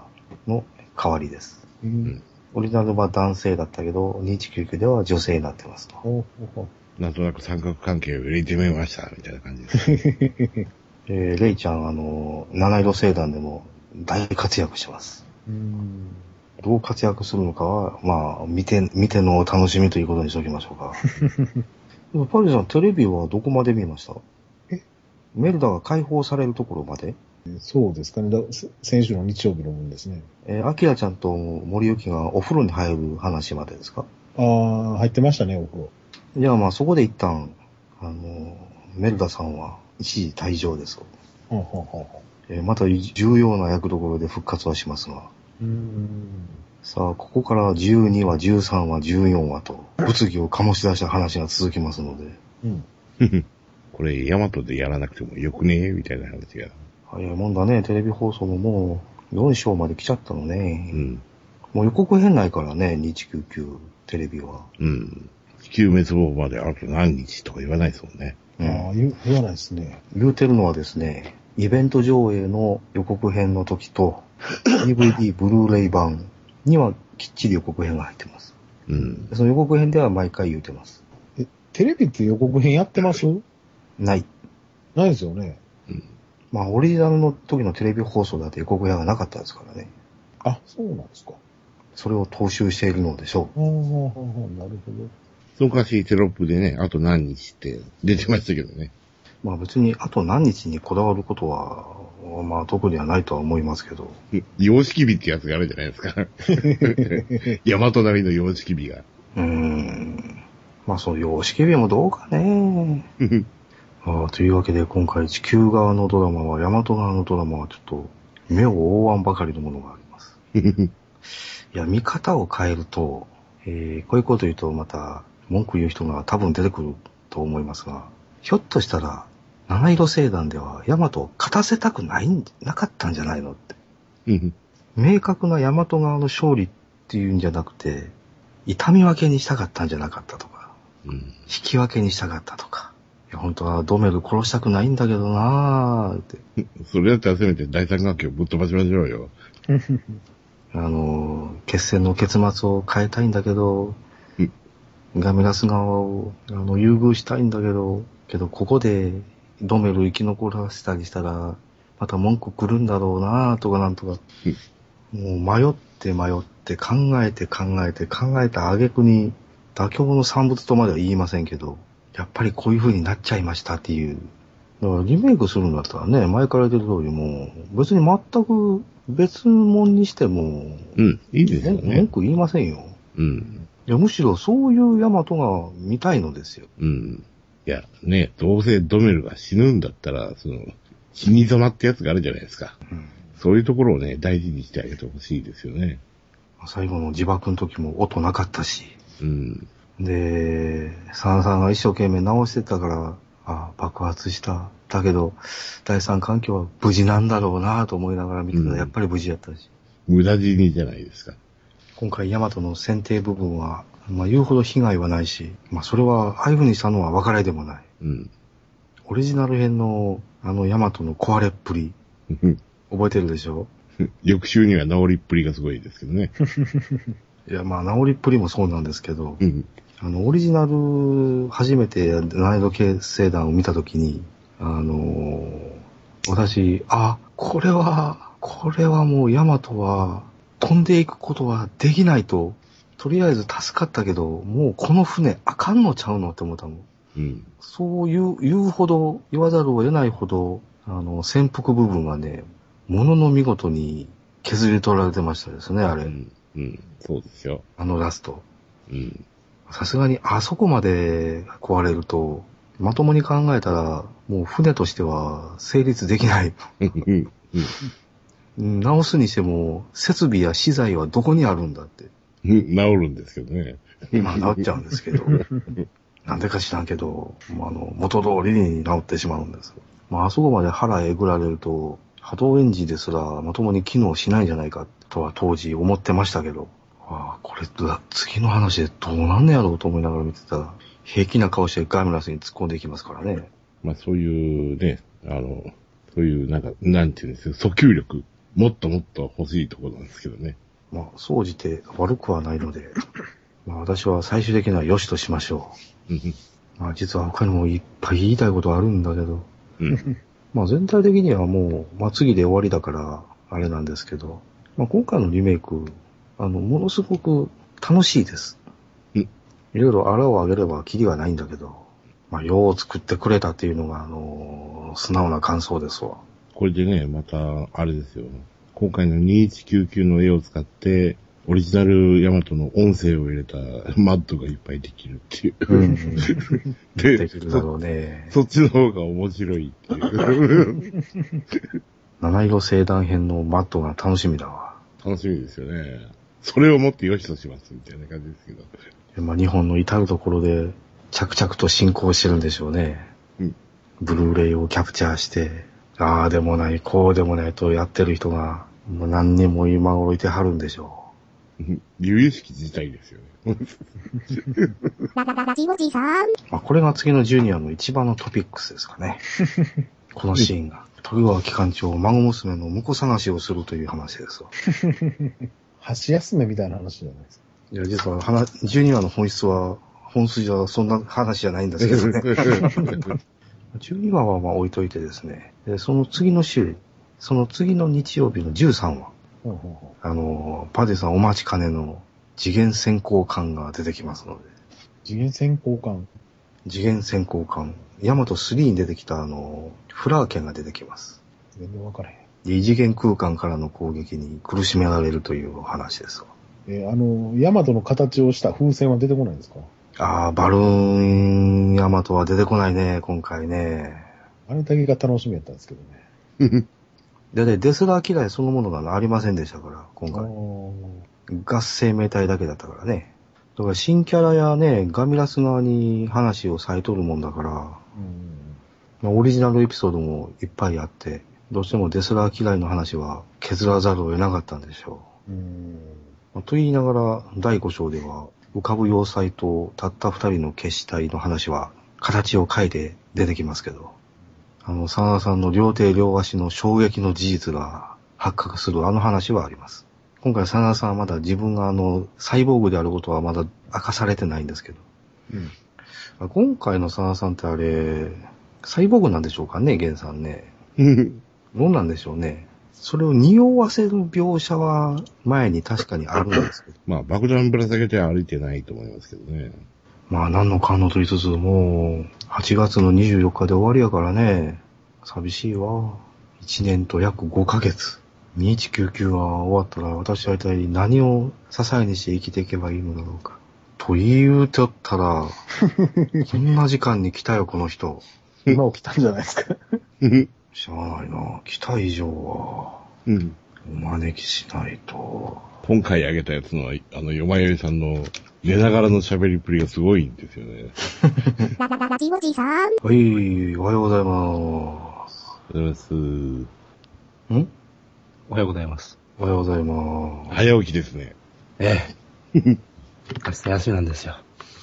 Speaker 2: の代わりです。
Speaker 5: うん
Speaker 2: オリジナルは男性だったけど、219では女性になってますと。
Speaker 5: ほうほうほう
Speaker 1: なんとなく三角関係を入れてみました、みたいな感じです。
Speaker 2: えー、レイちゃん、あの、七色星団でも大活躍してます。
Speaker 5: うん
Speaker 2: どう活躍するのかは、まあ、見て、見てのお楽しみということにしておきましょうか。でもパリさん、テレビはどこまで見ました
Speaker 5: え
Speaker 2: メルダが解放されるところまで
Speaker 5: そうですかねだ。せ先週の日曜日のもんですね。
Speaker 2: えー、アキラちゃんと森幸がお風呂に入る話までですか
Speaker 5: ああ、入ってましたね、お風呂。
Speaker 2: じゃあまあ、そこで一旦、あの、メルダさんは一時退場です。
Speaker 5: ほうほうほうほ
Speaker 2: えーまた重要な役どころで復活はしますが。
Speaker 5: ううん。
Speaker 2: さあ、ここから12話、13話、14話と、物議を醸し出した話が続きますので、
Speaker 5: うん。
Speaker 1: これ、ヤマトでやらなくてもよくねみたいな話が。
Speaker 2: 早いもんだね、テレビ放送ももう4章まで来ちゃったのね。
Speaker 1: うん。
Speaker 2: もう予告編ないからね、299テレビは。
Speaker 1: うん。地球滅亡まであと何日とか言わないですもんね。
Speaker 2: う
Speaker 5: ああ、
Speaker 2: ん、
Speaker 5: 言う言わないですね。
Speaker 2: 言うてるのはですね、イベント上映の予告編の時と、DVD ブルーレイ版にはきっちり予告編が入ってます。
Speaker 1: うん。
Speaker 2: その予告編では毎回言うてます。
Speaker 5: テレビって予告編やってます
Speaker 2: ない。
Speaker 5: ないですよね。
Speaker 2: まあ、オリジナルの時のテレビ放送だって予告編がなかったですからね。
Speaker 5: あ、そうなんですか。
Speaker 2: それを踏襲しているのでしょ
Speaker 5: ああ、なるほど。
Speaker 1: その昔テロップでね、あと何日って出てましたけどね。
Speaker 2: う。まあ別にあと何日にこだわることは、まあ特にはないとは思いますけど。
Speaker 1: 様式日ってやつがあるじゃないですか。 ヤマトなりの様式日が。
Speaker 2: うーん。まあその様式日もどうかね。ああというわけで今回地球側のドラマは、ヤマト側のドラマはちょっと目を覆わんばかりのものがあります。いや、見方を変えると、えー、こういうこと言うとまた文句言う人が多分出てくると思いますが、ひょっとしたら、七色星団ではヤマトを勝たせたくないん、なかったんじゃないのって。
Speaker 1: うん
Speaker 2: 明確なヤマト側の勝利っていうんじゃなくて、痛み分けにしたかったんじゃなかったとか、
Speaker 1: うん。
Speaker 2: 引き分けにしたかったとか、いや、本当はドメル殺したくないんだけどなーって。
Speaker 1: それだったらせめて第三関係をぶっ飛ばしましょうよ。
Speaker 2: あのー、決戦の結末を変えたいんだけど
Speaker 1: うん、
Speaker 2: ガメラス側を、あの、優遇したいんだけど、けど、ここで、ドメル生き残らせたりしたら、また文句来るんだろうなとかなんとか、もう迷って迷って、考えて考えて、考えた挙句に、妥協の産物とまでは言いませんけど、やっぱりこういう風になっちゃいましたっていう。だからリメイクするんだったらね、前から言ってる通りもう、別に全く別物にしても、
Speaker 1: うん。いいですよ
Speaker 2: 文
Speaker 1: ね
Speaker 2: 文。句言いませんよ。
Speaker 1: うん。
Speaker 2: いや、むしろそういうヤマトが見たいのですよ。
Speaker 1: うん。いや、ね、どうせドメルが死ぬんだったら、その、死に様ってやつがあるじゃないですか。そういうところをね、大事にしてあげてほしいですよね。
Speaker 2: 最後の自爆の時も音なかったし。
Speaker 1: うん。
Speaker 2: で、サンさんが一生懸命直してたから、あ爆発した。だけど、第三環境は無事なんだろうなと思いながら見てた
Speaker 1: うん
Speaker 2: ら、やっぱり無事やったし。
Speaker 1: 無駄死にじゃないですか。
Speaker 2: 今回ヤマトの選定部分は、まあ言うほど被害はないし、まあそれは、ああいう風にしたのは分からいでもない。
Speaker 1: うん。
Speaker 2: オリジナル編の、あのヤマトの壊れっぷり、覚えてるでしょ
Speaker 1: 翌週には治りっぷりがすごいですけどね。
Speaker 2: いや、まあ、治りっぷりもそうなんですけど、
Speaker 1: うん。
Speaker 2: あの、オリジナル、初めて難易度系星団を見たときに、あのー私、あ、これは、これはもうヤマトは、飛んでいくことはできないと、とりあえず助かったけど、もうこの船あかんのちゃうのって思ったもん。
Speaker 1: うん。
Speaker 2: そういう、言うほど、言わざるを得ないほど、あの、潜伏部分がね、ものの見事に削り取られてましたですね、あ
Speaker 1: う
Speaker 2: れ。
Speaker 1: ん。うん。そうですよ。
Speaker 2: あのラスト。
Speaker 1: うん。
Speaker 2: さすがにあそこまで壊れると、まともに考えたら、もう船としては成立できない。
Speaker 1: うん。
Speaker 2: うん 直すにしても、設備や資材はどこにあるんだって。
Speaker 1: うん治るんですけどね。
Speaker 2: まあ治っちゃうんですけど、なんでか知らんけど、もうあの、元通りに治ってしまうんですよ。まあ、あそこまで腹えぐられると、波動エンジンですらまともに機能しないんじゃないかとは当時思ってましたけど、ああ、これ、だ次の話でどうなんねやろうと思いながら見てたら、平気な顔してガムラスに突っ込んでいきますからね。
Speaker 1: まあそういうね、あの、そういうなんか、なんていうんですよ、訴求力。もっともっと欲しいところなんですけどね。
Speaker 2: まあ、総じて悪くはないので、まあ、私は最終的には良しとしましょ
Speaker 1: うん
Speaker 2: う。まあ、実は他にもいっぱい言いたいことあるんだけど、
Speaker 1: うん。
Speaker 2: まあ全体的にはもう、まあ次で終わりだから、あれなんですけど、まあ今回のリメイク、あの、ものすごく楽しいです。
Speaker 1: うん
Speaker 2: いろいろ荒をあげればキリがないんだけど、まあよう作ってくれたっていうのが、あの素直な感想ですわ。
Speaker 1: これでね、また、あれですよ。今回の2199の絵を使って、オリジナルヤマトの音声を入れたマッドがいっぱいできるっていう。
Speaker 2: うん。
Speaker 1: で
Speaker 2: できるだろうね。
Speaker 1: そっちの方が面白いって いう。
Speaker 2: 七色星団編のマットが楽しみだわ。
Speaker 1: 楽しみですよね。それをもって良しとしますみたいな感じですけど。
Speaker 2: でまあ日本の至るところで着々と進行してるんでしょうね。
Speaker 1: うん
Speaker 2: ブルーレイをキャプチャーして、ああでもない、こうでもないとやってる人が、もう何人も今頃いてはるんでしょ
Speaker 1: うん由々しき自体ですよね。
Speaker 4: ララララジオジさん。
Speaker 2: う。まあ、これが次のジュニアの一番のトピックスですか ね。このシーンが。徳川機関長、孫娘の婿探しをするという話ですわ。
Speaker 5: 箸休めみたいな話じゃないですか。
Speaker 2: いや、実は話、ジュニアの本質は、本筋はそんな話じゃないんですけどね。12話はまあ置いといてですね、でその次の週、その次の日曜日の13話、
Speaker 5: ほうほうほ
Speaker 2: あの、パディさんお待ちかねの次元先行艦が出てきますので、
Speaker 5: う次元先行官。
Speaker 2: 次元先行艦、ヤマト3に出てきたあの、フラーケンが出てきます。
Speaker 5: 全然分からへん。
Speaker 2: で異次元空間からの攻撃に苦しめられるというお話ですわ。
Speaker 5: えーあの、ヤマトの形をした風船は出てこないんですか
Speaker 2: ああ、バルーンヤマトは出てこないね、今回ね。
Speaker 5: あれだけが楽しみやったんですけどね。
Speaker 2: だってデスラー嫌いそのものがありませんでしたから、今
Speaker 5: あ
Speaker 2: 回。
Speaker 5: ー
Speaker 2: が生命体だけだったからね。だから新キャラやね、ガミラス側に話をされとるもんだから、
Speaker 5: うん
Speaker 2: まあ、オリジナルエピソードもいっぱいあって、どうしてもデスラー嫌いの話は削らざるを得なかったんでしょ
Speaker 5: うん
Speaker 2: う。まあと言いながら、第5章では、浮かぶ要塞とたった二人の決死体の話は、形を変えて出てきますけど、あの、沢田さんの両手両足の衝撃の事実が発覚するあの話はあります。今回、真田さんはまだ自分があの、サイボーグであることはまだ明かされてないんですけど。あ今回の真田さんってあれ、サイボーグなんでしょうかね、ゲンさんね。どうなんでしょうね。それを匂わせる描写は前に確かにあるんですけど。
Speaker 1: まあ爆弾ぶら下げて歩いてないと思いますけどね。
Speaker 2: まあ何の感のと言いつつ、もう、8月の24日で終わりやからね。寂しいわ。1年と約5ヶ月。2199は終わったら私は一体何を支えにして生きていけばいいのだろうか。と言うとったら、こんな時間に来たよ、この人。
Speaker 5: 今起きたんじゃないです か。
Speaker 1: うん
Speaker 2: しゃあないな。来た以上は、
Speaker 1: うん
Speaker 2: お招きしないと。
Speaker 1: 今回あげたやつの、あの、よまよりさんの寝ながらの喋りっぷりがすごいんですよね。
Speaker 4: ララララジオジさん。
Speaker 2: はい、おはようございます。
Speaker 1: おはようございます。
Speaker 2: ん
Speaker 6: おはようございます。
Speaker 2: おはようございます。
Speaker 1: 早起きですね。
Speaker 6: ええ。明日休みなんですよ。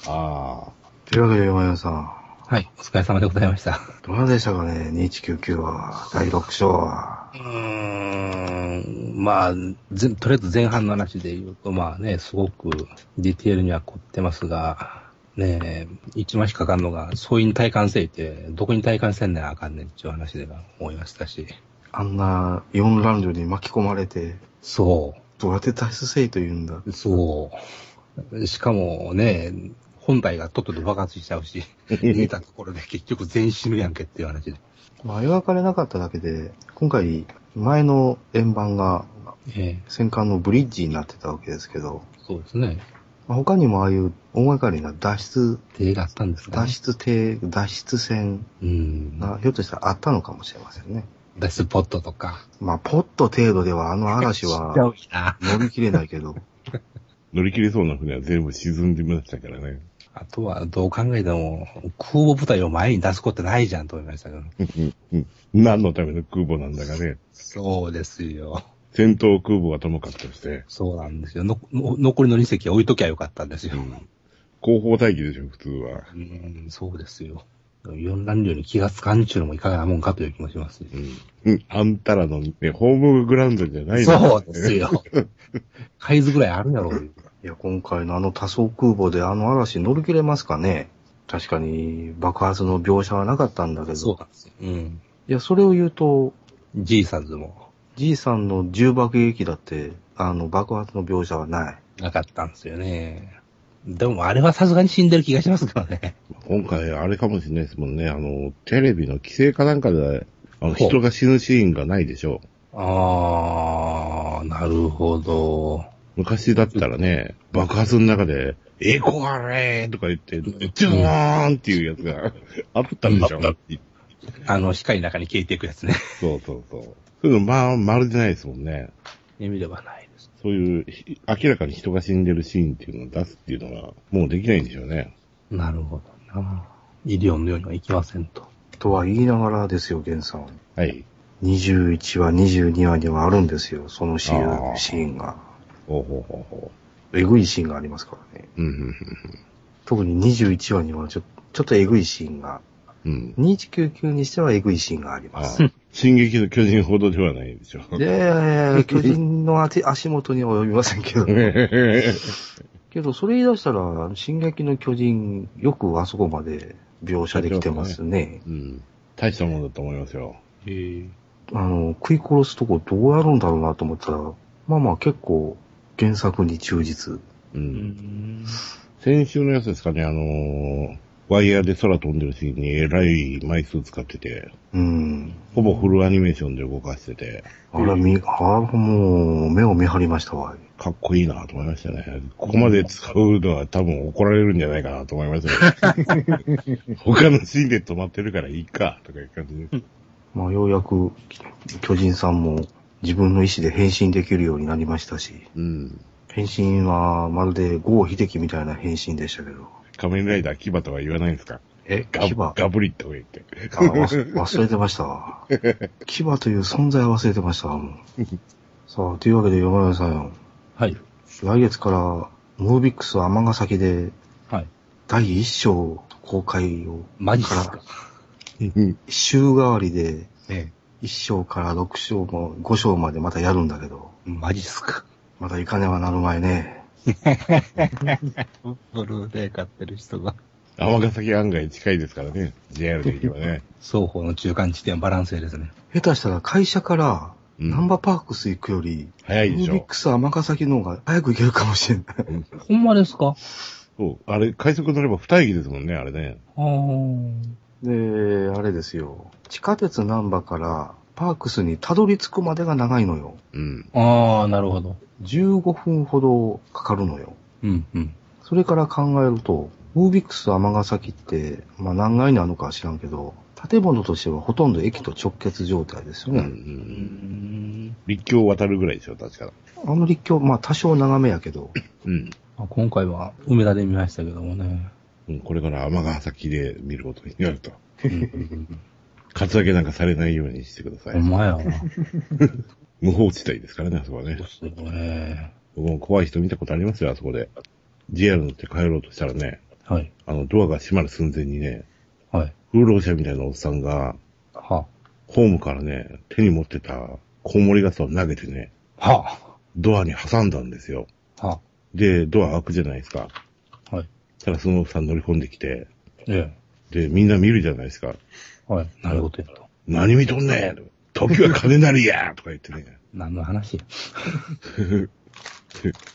Speaker 1: あ
Speaker 2: というわけで、山田さん。
Speaker 6: はい、お疲れ様でございました。
Speaker 2: どうでしたかね、2199は、第6章は。
Speaker 6: うーん、まあ、ぜとりあえず前半の話で言うと、まあね、すごくディテールには凝ってますが、ねえ、一番引っかかるのが、総員体感性って、どこに体感せんねんあかんねんっていう話では思いましたし、
Speaker 2: あんな、四乱女に巻き込まれて、
Speaker 6: そ
Speaker 2: どうやって脱出せいと言うんだ。
Speaker 6: う、そう。しかもね、本体がとっとと爆発しちゃうし、逃げたところで結局全員死ぬやんけっていう話で。
Speaker 2: まあ、描かれなかっただけで、今回、前の円盤が、
Speaker 6: ええ、
Speaker 2: 戦艦のブリッジになってたわけですけど、
Speaker 6: そうですね。
Speaker 2: まあ他にもああいう大掛かりな脱出、
Speaker 6: 手があったんですか、
Speaker 2: 脱出艇、脱出船
Speaker 6: うん。
Speaker 2: が、ひょっとしたらあったのかもしれませんね。
Speaker 6: 脱出ポットとか。
Speaker 2: まあ、ポット程度ではあの嵐は
Speaker 6: ちっちゃいな。
Speaker 2: 乗り切れないけど、
Speaker 1: 乗り切れそうな船は全部沈んでましたからね。
Speaker 6: あとは、どう考えても、空母部隊を前に出すことないじゃんと思いましたけど。
Speaker 1: 何のための空母なんだかね。
Speaker 6: そうですよ。
Speaker 1: 戦闘空母はともかくとして、
Speaker 6: そうなんですよ。のの残りの2隻は置いときゃよかったんですよ。
Speaker 1: 後方待機でしょ、普通は。
Speaker 6: うん、そうですよ。四乱量に気がつかんちゅうのもいかがなもんかという気もします。
Speaker 1: うん。あんたらのね、ホームグラウンドじゃないの
Speaker 6: そうです よ。海図ぐらいあるやろう。
Speaker 2: いや、今回のあの多層空母であの嵐乗り切れますかね確かに爆発の描写はなかったんだけ
Speaker 6: そう
Speaker 2: ど
Speaker 6: な、んですよ。うん。
Speaker 2: いや、それを言うと、
Speaker 6: じいさんズも
Speaker 2: じいさんの重爆撃だって、あの、爆発の描写はない。
Speaker 6: なかったんですよね。でもあれはさすがに死んでる気がしますけどね。
Speaker 1: 今回、あれかもしれないですもんね。あの、テレビの規制かなんかで、あの、
Speaker 6: ほう
Speaker 1: 人が死ぬシーンがないでしょ
Speaker 6: あー、なるほど。
Speaker 1: う。昔だったらね、爆発の中で、エコあれーとか言って、ジューンっていうやつがあったんでしょ
Speaker 6: うんあの、光の中に消えていくやつね。
Speaker 1: そうそうそう。そういうの、まあ、まるでないですもんね。
Speaker 6: 意味ではないです。
Speaker 1: そういう、ひ明らかに人が死んでるシーンっていうのを出すっていうのは、もうできないんでしょうね。
Speaker 6: なるほどな。イリオンのようにはいきませんと。
Speaker 2: とは言いながらですよ、ゲンさん。
Speaker 1: はい。
Speaker 2: 21話、22話にはあるんですよ、そのシ
Speaker 1: あ
Speaker 2: ー
Speaker 1: ー
Speaker 2: ンシーンが。
Speaker 1: ほうほうほうほ
Speaker 2: えぐいシーンがありますからね。
Speaker 1: う。うん、うん
Speaker 2: 特に21話にはちょちょっとえぐいシーンが、
Speaker 1: うん、うん。
Speaker 2: 2199にしてはえぐいシーンがあり
Speaker 1: あ
Speaker 2: ま
Speaker 1: あ
Speaker 2: す。
Speaker 1: 進撃の巨人ほどではないで しょう。
Speaker 2: いやいやいや、巨人の足足元には及びませんけど。けど、それ言い出したら、進撃の巨人、よくあそこまで描写できてますね。
Speaker 1: うん。大したものだと思いますよ。
Speaker 6: へー
Speaker 2: あの、食い殺すとこどうやるんだろうなと思ったら、まあまあ結構、原作に忠実。
Speaker 1: う。
Speaker 6: うんん。
Speaker 1: 先週のやつですかね、あのーワイヤーで空飛んでるシーンにえらい枚数使ってて、
Speaker 2: うん。
Speaker 1: ほぼフルアニメーションで動かしてて、
Speaker 2: あら、み、あら、もう、目を見張りましたわ。
Speaker 1: かっこいいなと思いましたね。ここまで使うのは多分怒られるんじゃないかなと思い ましたね。他のシーンで止まってるからいいか、とかいう感じで。
Speaker 2: まあ、ようやく、巨人さんも自分の意思で変身できるようになりましたし、
Speaker 1: うん。
Speaker 2: 変身はまるで郷秀樹みたいな変身でしたけど。
Speaker 1: 仮面ライダー牙とは言わないんですか
Speaker 2: え、
Speaker 1: ガ
Speaker 2: 牙あ
Speaker 1: ガブリッと言って。
Speaker 2: わす忘れてましたわ。牙という存在忘れてましたわ、もう。さあ、というわけで山田さん、
Speaker 6: はい。
Speaker 2: 来月から、ムービックス尼崎で
Speaker 6: はい。
Speaker 2: 第1章公開を、
Speaker 6: マジっすか。
Speaker 2: 週替わりで
Speaker 6: ね
Speaker 2: 1章から6章も5章までまたやるんだけど、
Speaker 6: マジっすか。
Speaker 2: まだ行かねばなるまいね。
Speaker 6: ブルーレイ買ってる人が。
Speaker 1: 尼崎案外近いですからね。JR で行けばね。
Speaker 6: 双方の中間地点はバランスですね。
Speaker 2: 下手したら会社から、
Speaker 1: うん
Speaker 2: ナンバーパークス行くより、
Speaker 1: 早い
Speaker 2: ム
Speaker 1: で
Speaker 2: ー
Speaker 1: し
Speaker 2: ビッ
Speaker 1: ょ。
Speaker 2: クス尼崎の方が早く行けるかもしれない。
Speaker 6: ほんまですか
Speaker 1: そう。あれ、快速乗れば二駅ですもんね、あれね。
Speaker 6: あー
Speaker 2: で、あれですよ。地下鉄難波からパークスにたどり着くまでが長いのよ。
Speaker 1: うん。
Speaker 6: あー、なるほど。
Speaker 2: 15分ほどかかるのよ。
Speaker 6: うん、うん。
Speaker 2: それから考えると、ムービックス尼崎って、まあ何階にあるのかは知らんけど、建物としてはほとんど駅と直結状態ですよ
Speaker 1: うんう
Speaker 2: ね。
Speaker 1: ん。立教を渡るぐらいでしょ、確か。
Speaker 2: あの立教、まあ多少長めやけど、
Speaker 1: うん。
Speaker 6: あ今回は梅田で見ましたけどもね。
Speaker 1: うん、これから天崎で見ることになると。
Speaker 6: うんうん
Speaker 1: カツアゲなんかされないようにしてくださ
Speaker 6: ほん
Speaker 1: い。
Speaker 6: まやわ。
Speaker 1: 無法地帯ですからね、あそこはね
Speaker 6: そう。すね。
Speaker 1: 僕も怖い人見たことありますよ、あそこで。JR 乗って帰ろうとしたらね、
Speaker 6: はい。
Speaker 1: あの、ドアが閉まる寸前にね、
Speaker 6: はい。
Speaker 1: 風浪車みたいなおっさんが、
Speaker 6: は
Speaker 1: ホームからね、手に持ってたコウモリガスを投げてね、
Speaker 6: あ。は
Speaker 1: ドアに挟んだんですよ。
Speaker 6: あ。は
Speaker 1: で、ドア開くじゃないですか。
Speaker 6: あ。はい。
Speaker 1: たらそのおっさん乗り込んできて、
Speaker 6: え
Speaker 1: で、みんな見るじゃないですか。
Speaker 6: え。はい。なるほどやと。
Speaker 1: 何見とんねん時は金なりやとか言ってね。
Speaker 6: 何の 話や。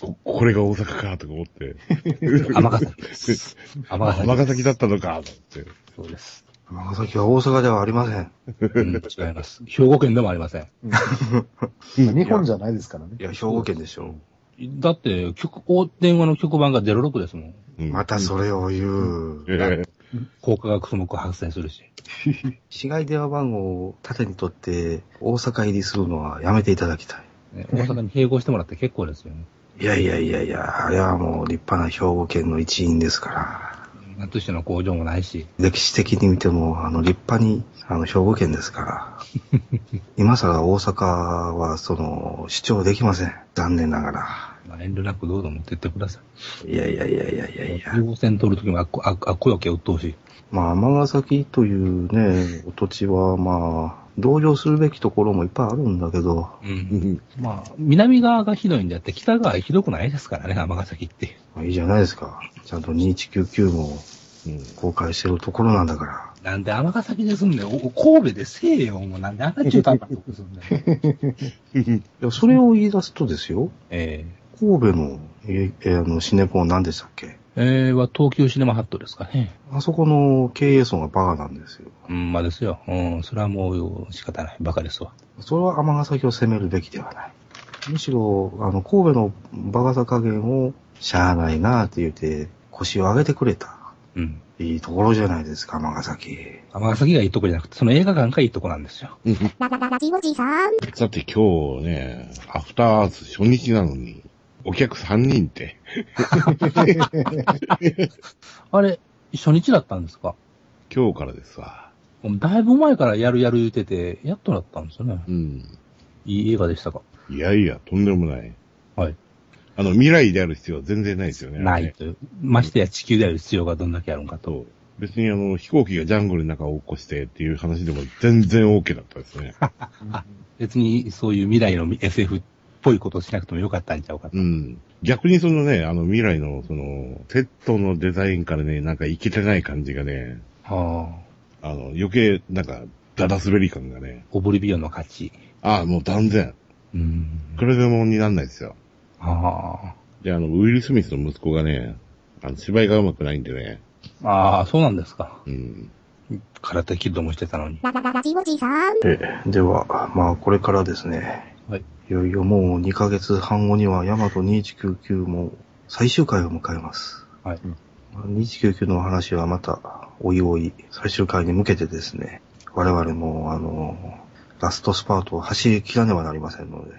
Speaker 1: ここれが大阪かとか思 って。
Speaker 6: 尼崎 です。尼崎。
Speaker 1: 尼崎だったのかと思って。
Speaker 6: そうです。
Speaker 2: 尼崎は大阪ではありません。
Speaker 6: うん、違います。 兵庫県でもありません。
Speaker 5: 日本じゃないですからね
Speaker 2: い。や、兵庫県でしょ。
Speaker 6: だって、曲、お電話の曲番が06ですもん。
Speaker 1: うん
Speaker 2: またそれを言う。
Speaker 1: ええ
Speaker 6: 効果学目発生するし。
Speaker 2: 市外電話番号を縦に取って大阪入りするのはやめていただきたい。
Speaker 6: ね大阪に併合してもらって結構ですよね。
Speaker 2: いやいやいやいや、あれはもう立派な兵庫県の一員ですから。
Speaker 6: なんとしての工場もないし。
Speaker 2: 歴史的に見ても、あの、立派に、あの、兵庫県ですから。今更大阪は、その、主張できません。残念ながら。
Speaker 6: まあ、遠慮なくどうぞ持ってってくださ
Speaker 2: いやいやいやいやいや
Speaker 6: い。
Speaker 2: いや。
Speaker 6: 中央線取るときもあっこ、あっあっこよけうっとうしい。
Speaker 2: まあ、尼崎というね、お土地は、まあ、同情するべきところもいっぱいあるんだけど、
Speaker 6: うん。まあ、南側がひどいんであって、北側ひどくないですからね、尼崎って。
Speaker 2: まあいいじゃないですか。ちゃんと2199も公開してるところなんだから。
Speaker 6: なんで尼崎ですんで、お神戸でせえよ、もうなんであんな中途半端なとこすんだよ。
Speaker 2: いや、それを言い出すとですよ、
Speaker 6: え
Speaker 2: 神戸の、え、えあの、シネコン何でしたっけ
Speaker 6: えええは東急シネマハットですかね。
Speaker 2: あそこの経営層がバカなんですよ。
Speaker 6: うん、まあですよ。うん、それはもう仕方ない。バカですわ。
Speaker 2: それは尼崎を責めるべきではない。むしろ、あの、神戸のバカさ加減を、しゃあないなって言って、腰を上げてくれた。
Speaker 6: うん。
Speaker 2: いいところじゃないですか、尼崎。
Speaker 6: 尼崎がいいとこじゃなくて、その映画館がいいとこなんですよ。
Speaker 4: ララララジオジさん。
Speaker 1: だって今日ね、アフターアース初日なのに、お客3人って。
Speaker 6: あれ、初日だったんですか
Speaker 1: 今日からですわ。
Speaker 6: もうだいぶ前からやるやる言うてて、やっとだったんですよね。
Speaker 1: うん。
Speaker 6: いい映画でしたか
Speaker 1: いやいや、とんでもない。
Speaker 6: はい。
Speaker 1: あの、未来である必要は全然ないですよね。
Speaker 6: ない。という。ましてや地球である必要がどんだけあるのかと。
Speaker 1: と、別にあの、飛行機がジャングルの中を起こしてっていう話でも全然 OK だったですね。
Speaker 6: 別にそういう未来の SF っぽいことをしなくてもよかったんちゃうかと。
Speaker 1: うん。逆にそのね、あの未来のその、セットのデザインからね、なんかいけてない感じがね、
Speaker 6: はあ。
Speaker 1: あの、余計なんか、ダダ滑り感がね、
Speaker 6: オブリビオンの勝ち。
Speaker 1: ああ、もう断然、
Speaker 6: うん。
Speaker 1: くれぐれもになんないですよ。
Speaker 6: あ
Speaker 1: で、あの、ウィル・スミスの息子がね、あの、芝居が上手くないんでね、
Speaker 6: あ。ああ、そうなんですか。
Speaker 1: うん。
Speaker 6: 空手キッドもしてたのに。
Speaker 4: ララララジオジさん。
Speaker 2: ええでは、まあこれからですね。
Speaker 6: はい。
Speaker 2: いよいよもう2ヶ月半後にはヤマト2199も最終回を迎えます。
Speaker 6: はい。
Speaker 2: まあ2199のお話はまた、おいおい、最終回に向けてですね、我々も、あの、ラストスパートを走り切らねばなりませんので、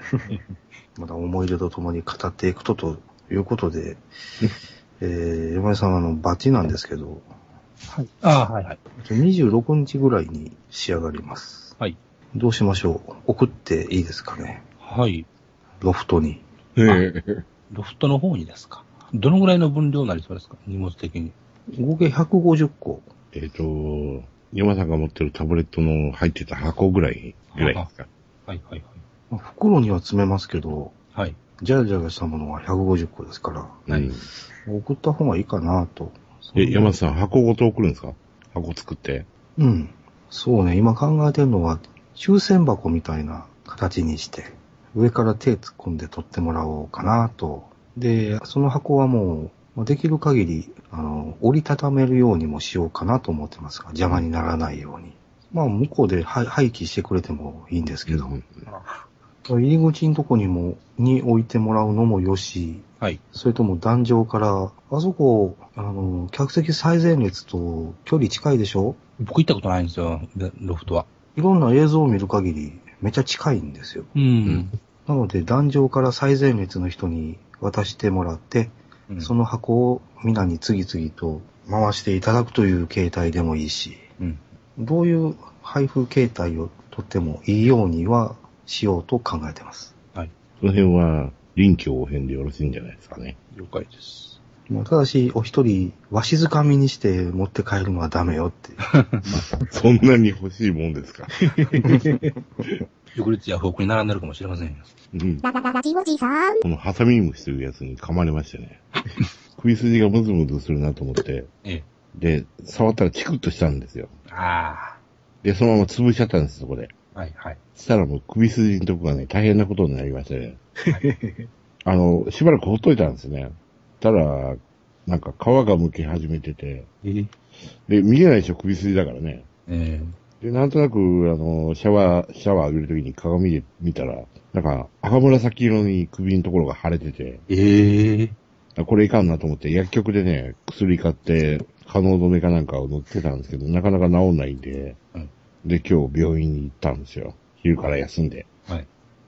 Speaker 2: まだ思い出とともに語っていくとということで、えー、山井さん、あの、バチなんですけど、
Speaker 6: はい。ああ、はいはい。
Speaker 2: 26日ぐらいに仕上がります。
Speaker 6: はい。
Speaker 2: どうしましょう送っていいですかね
Speaker 6: はい。
Speaker 2: ロフトに。
Speaker 6: ロフトの方にですか。どのぐらいの分量になりそうですか荷物的に。
Speaker 2: 合計150個。
Speaker 1: えっ、と、山さんが持ってるタブレットの入ってた箱ぐらい、ぐらいですか。
Speaker 6: はいはい
Speaker 2: まあ袋には詰めますけど、
Speaker 6: はい。はい。
Speaker 2: ジャラジャラしたものは150個ですから、
Speaker 1: うん。
Speaker 2: 送った方がいいかなと。
Speaker 1: え、山さん、箱ごと送るんですか箱作って。
Speaker 2: うん。そうね、今考えてるのは、抽選箱みたいな形にして、上から手突っ込んで取ってもらおうかなと。で、その箱はもう、まあできる限り、あの、折りたためるようにもしようかなと思ってますが、邪魔にならないように。まあ、向こうで廃廃棄してくれてもいいんですけど、
Speaker 1: うん
Speaker 2: 入り口のとこにも、に置いてもらうのもよし、
Speaker 6: はい。
Speaker 2: それとも壇上から、あそこ、あの、客席最前列と距離近いでしょ
Speaker 6: 僕行ったことないんですよ、でロフトは。
Speaker 2: いろんな映像を見る限り、めちゃ近いんですよ。
Speaker 6: うん。
Speaker 2: なので、壇上から最前列の人に渡してもらって、
Speaker 6: うん
Speaker 2: その箱を皆に次々と回していただくという形態でもいいし、
Speaker 6: うん
Speaker 2: どういう配布形態をとってもいいようにはしようと考えてます。
Speaker 1: その辺は、臨機応変でよろしいんじゃないですかね。
Speaker 6: 了解です。
Speaker 2: まあただし、お一人、わしづかみにして持って帰るのはダメよって。
Speaker 1: そんなに欲しいもん ですか。
Speaker 6: 翌日ヤフオクに並んでるかもしれませんよ。
Speaker 1: うん。
Speaker 4: ララララジオジさん。
Speaker 1: このハサミムシというやつに噛まれまして ね。首筋がムズムズするなと思って。
Speaker 6: え
Speaker 1: で、触ったらチクッとしたんですよ。
Speaker 6: え。あ
Speaker 1: で、そのまま潰しちゃったんです、そこで。
Speaker 6: あ。はいはい。
Speaker 1: したらもう首筋のとこがね、大変なことになりましてね。 あの、しばらくほっといたんですね。たら、なんか皮が剥き始めてて、
Speaker 6: え
Speaker 1: で、見えないでしょ、首筋だからね。
Speaker 6: え。
Speaker 1: で、なんとなく、あの、シャワー、シャワー浴びるときに鏡で見たら、なんか、赤紫色に首のところが腫れてて、
Speaker 6: ええ。
Speaker 1: あこれいかんなと思って、薬局でね、薬買って、可能止めかなんかを乗ってたんですけど、なかなか治んないんで、
Speaker 6: うん
Speaker 1: で、今日病院に行ったんですよ。昼から休んで。
Speaker 6: はい。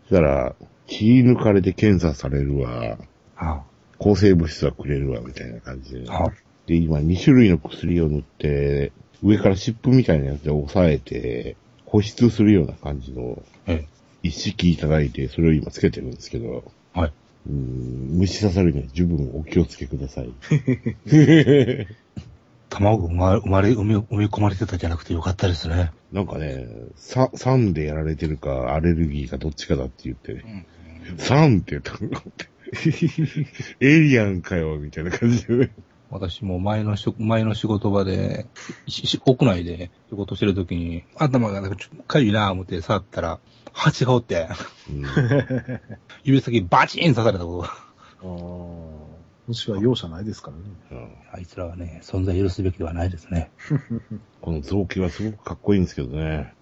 Speaker 1: そしたら、血抜かれて検査されるわ、
Speaker 2: あ
Speaker 1: 抗生物質はくれるわ、みたいな感じで。
Speaker 2: あ、
Speaker 1: で、今2種類の薬を塗って、上から湿布みたいなやつで押さえて、保湿するような感じの
Speaker 6: え
Speaker 1: 一式いただいて、それを今つけてるんですけど。
Speaker 6: はい。
Speaker 1: うーん、虫刺されるには十分お気をつけください。
Speaker 6: 卵生ま生まれ、埋め埋め込まれてたじゃなくてよかったですね。
Speaker 1: なんかね、さ、酸でやられてるか、アレルギーかどっちかだって言ってね。酸って言 ったのエイリアンかよ、みたいな感じでね。
Speaker 6: 私も前の職、前の仕事場で、しし屋内で仕事してるときに、頭がなんかちょっとかゆいなぁ思って触ったら、蜂がおって、
Speaker 1: うん
Speaker 6: 指先バチーン刺されたことが。
Speaker 3: ああ。虫は容赦ないですからね。
Speaker 1: うん
Speaker 6: あいつらはね、存在許すべきではないですね。
Speaker 1: この造形はすごくかっこいいんですけどね。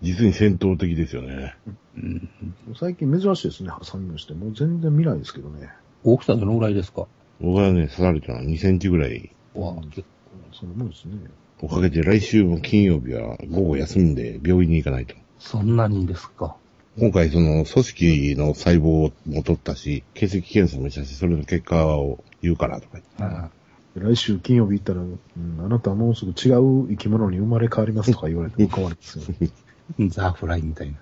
Speaker 1: 実に戦闘的ですよね。
Speaker 6: うん。
Speaker 3: 最近珍しいですね、ハサミ虫って。もう全然見ないですけどね。
Speaker 6: 大きさどのぐらいですか
Speaker 1: 僕はね、刺されたのは2センチぐらい。
Speaker 6: わあ、
Speaker 3: そんなもんですね。
Speaker 1: おかげで来週も金曜日は午後休んで病院に行かないと。
Speaker 6: そんなにですか。
Speaker 1: 今回その組織の細胞も取ったし、血液検査もしたし、それの結果を言うからとか言って。
Speaker 6: あ
Speaker 3: 来週金曜日行ったら、うん、あなたはもうすぐ違う生き物に生まれ変わりますとか言われても変わりま すよね。
Speaker 6: ザ・フライみたいな。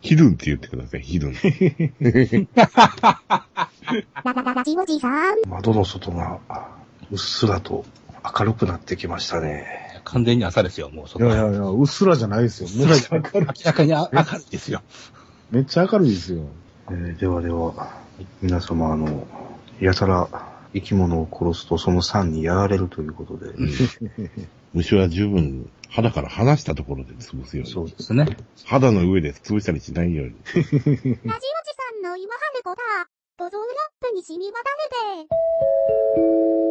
Speaker 1: ヒルンって言ってください、ヒ ルン。
Speaker 4: ララララジオジさん。
Speaker 2: 窓の外があうっすらと明るくなってきましたね。
Speaker 6: 完全に朝ですよ、もうそ
Speaker 3: い
Speaker 6: こ
Speaker 3: やい
Speaker 6: は。
Speaker 3: やいや、うっすらじゃないですよ。めっちゃ明 るい。
Speaker 6: 明らかにあ明るいですよ。
Speaker 3: めっちゃ明るいですよ。
Speaker 2: えーではでは、皆様、あの、やたら生き物を殺すとその酸にやられるということで、
Speaker 1: 虫は十分肌から離したところで潰すように。
Speaker 2: そうです。
Speaker 6: ですね。
Speaker 1: 肌の上で潰したりしないように。
Speaker 4: ラジオジさんの今はねこだ。ボドウラップに染み渡れて。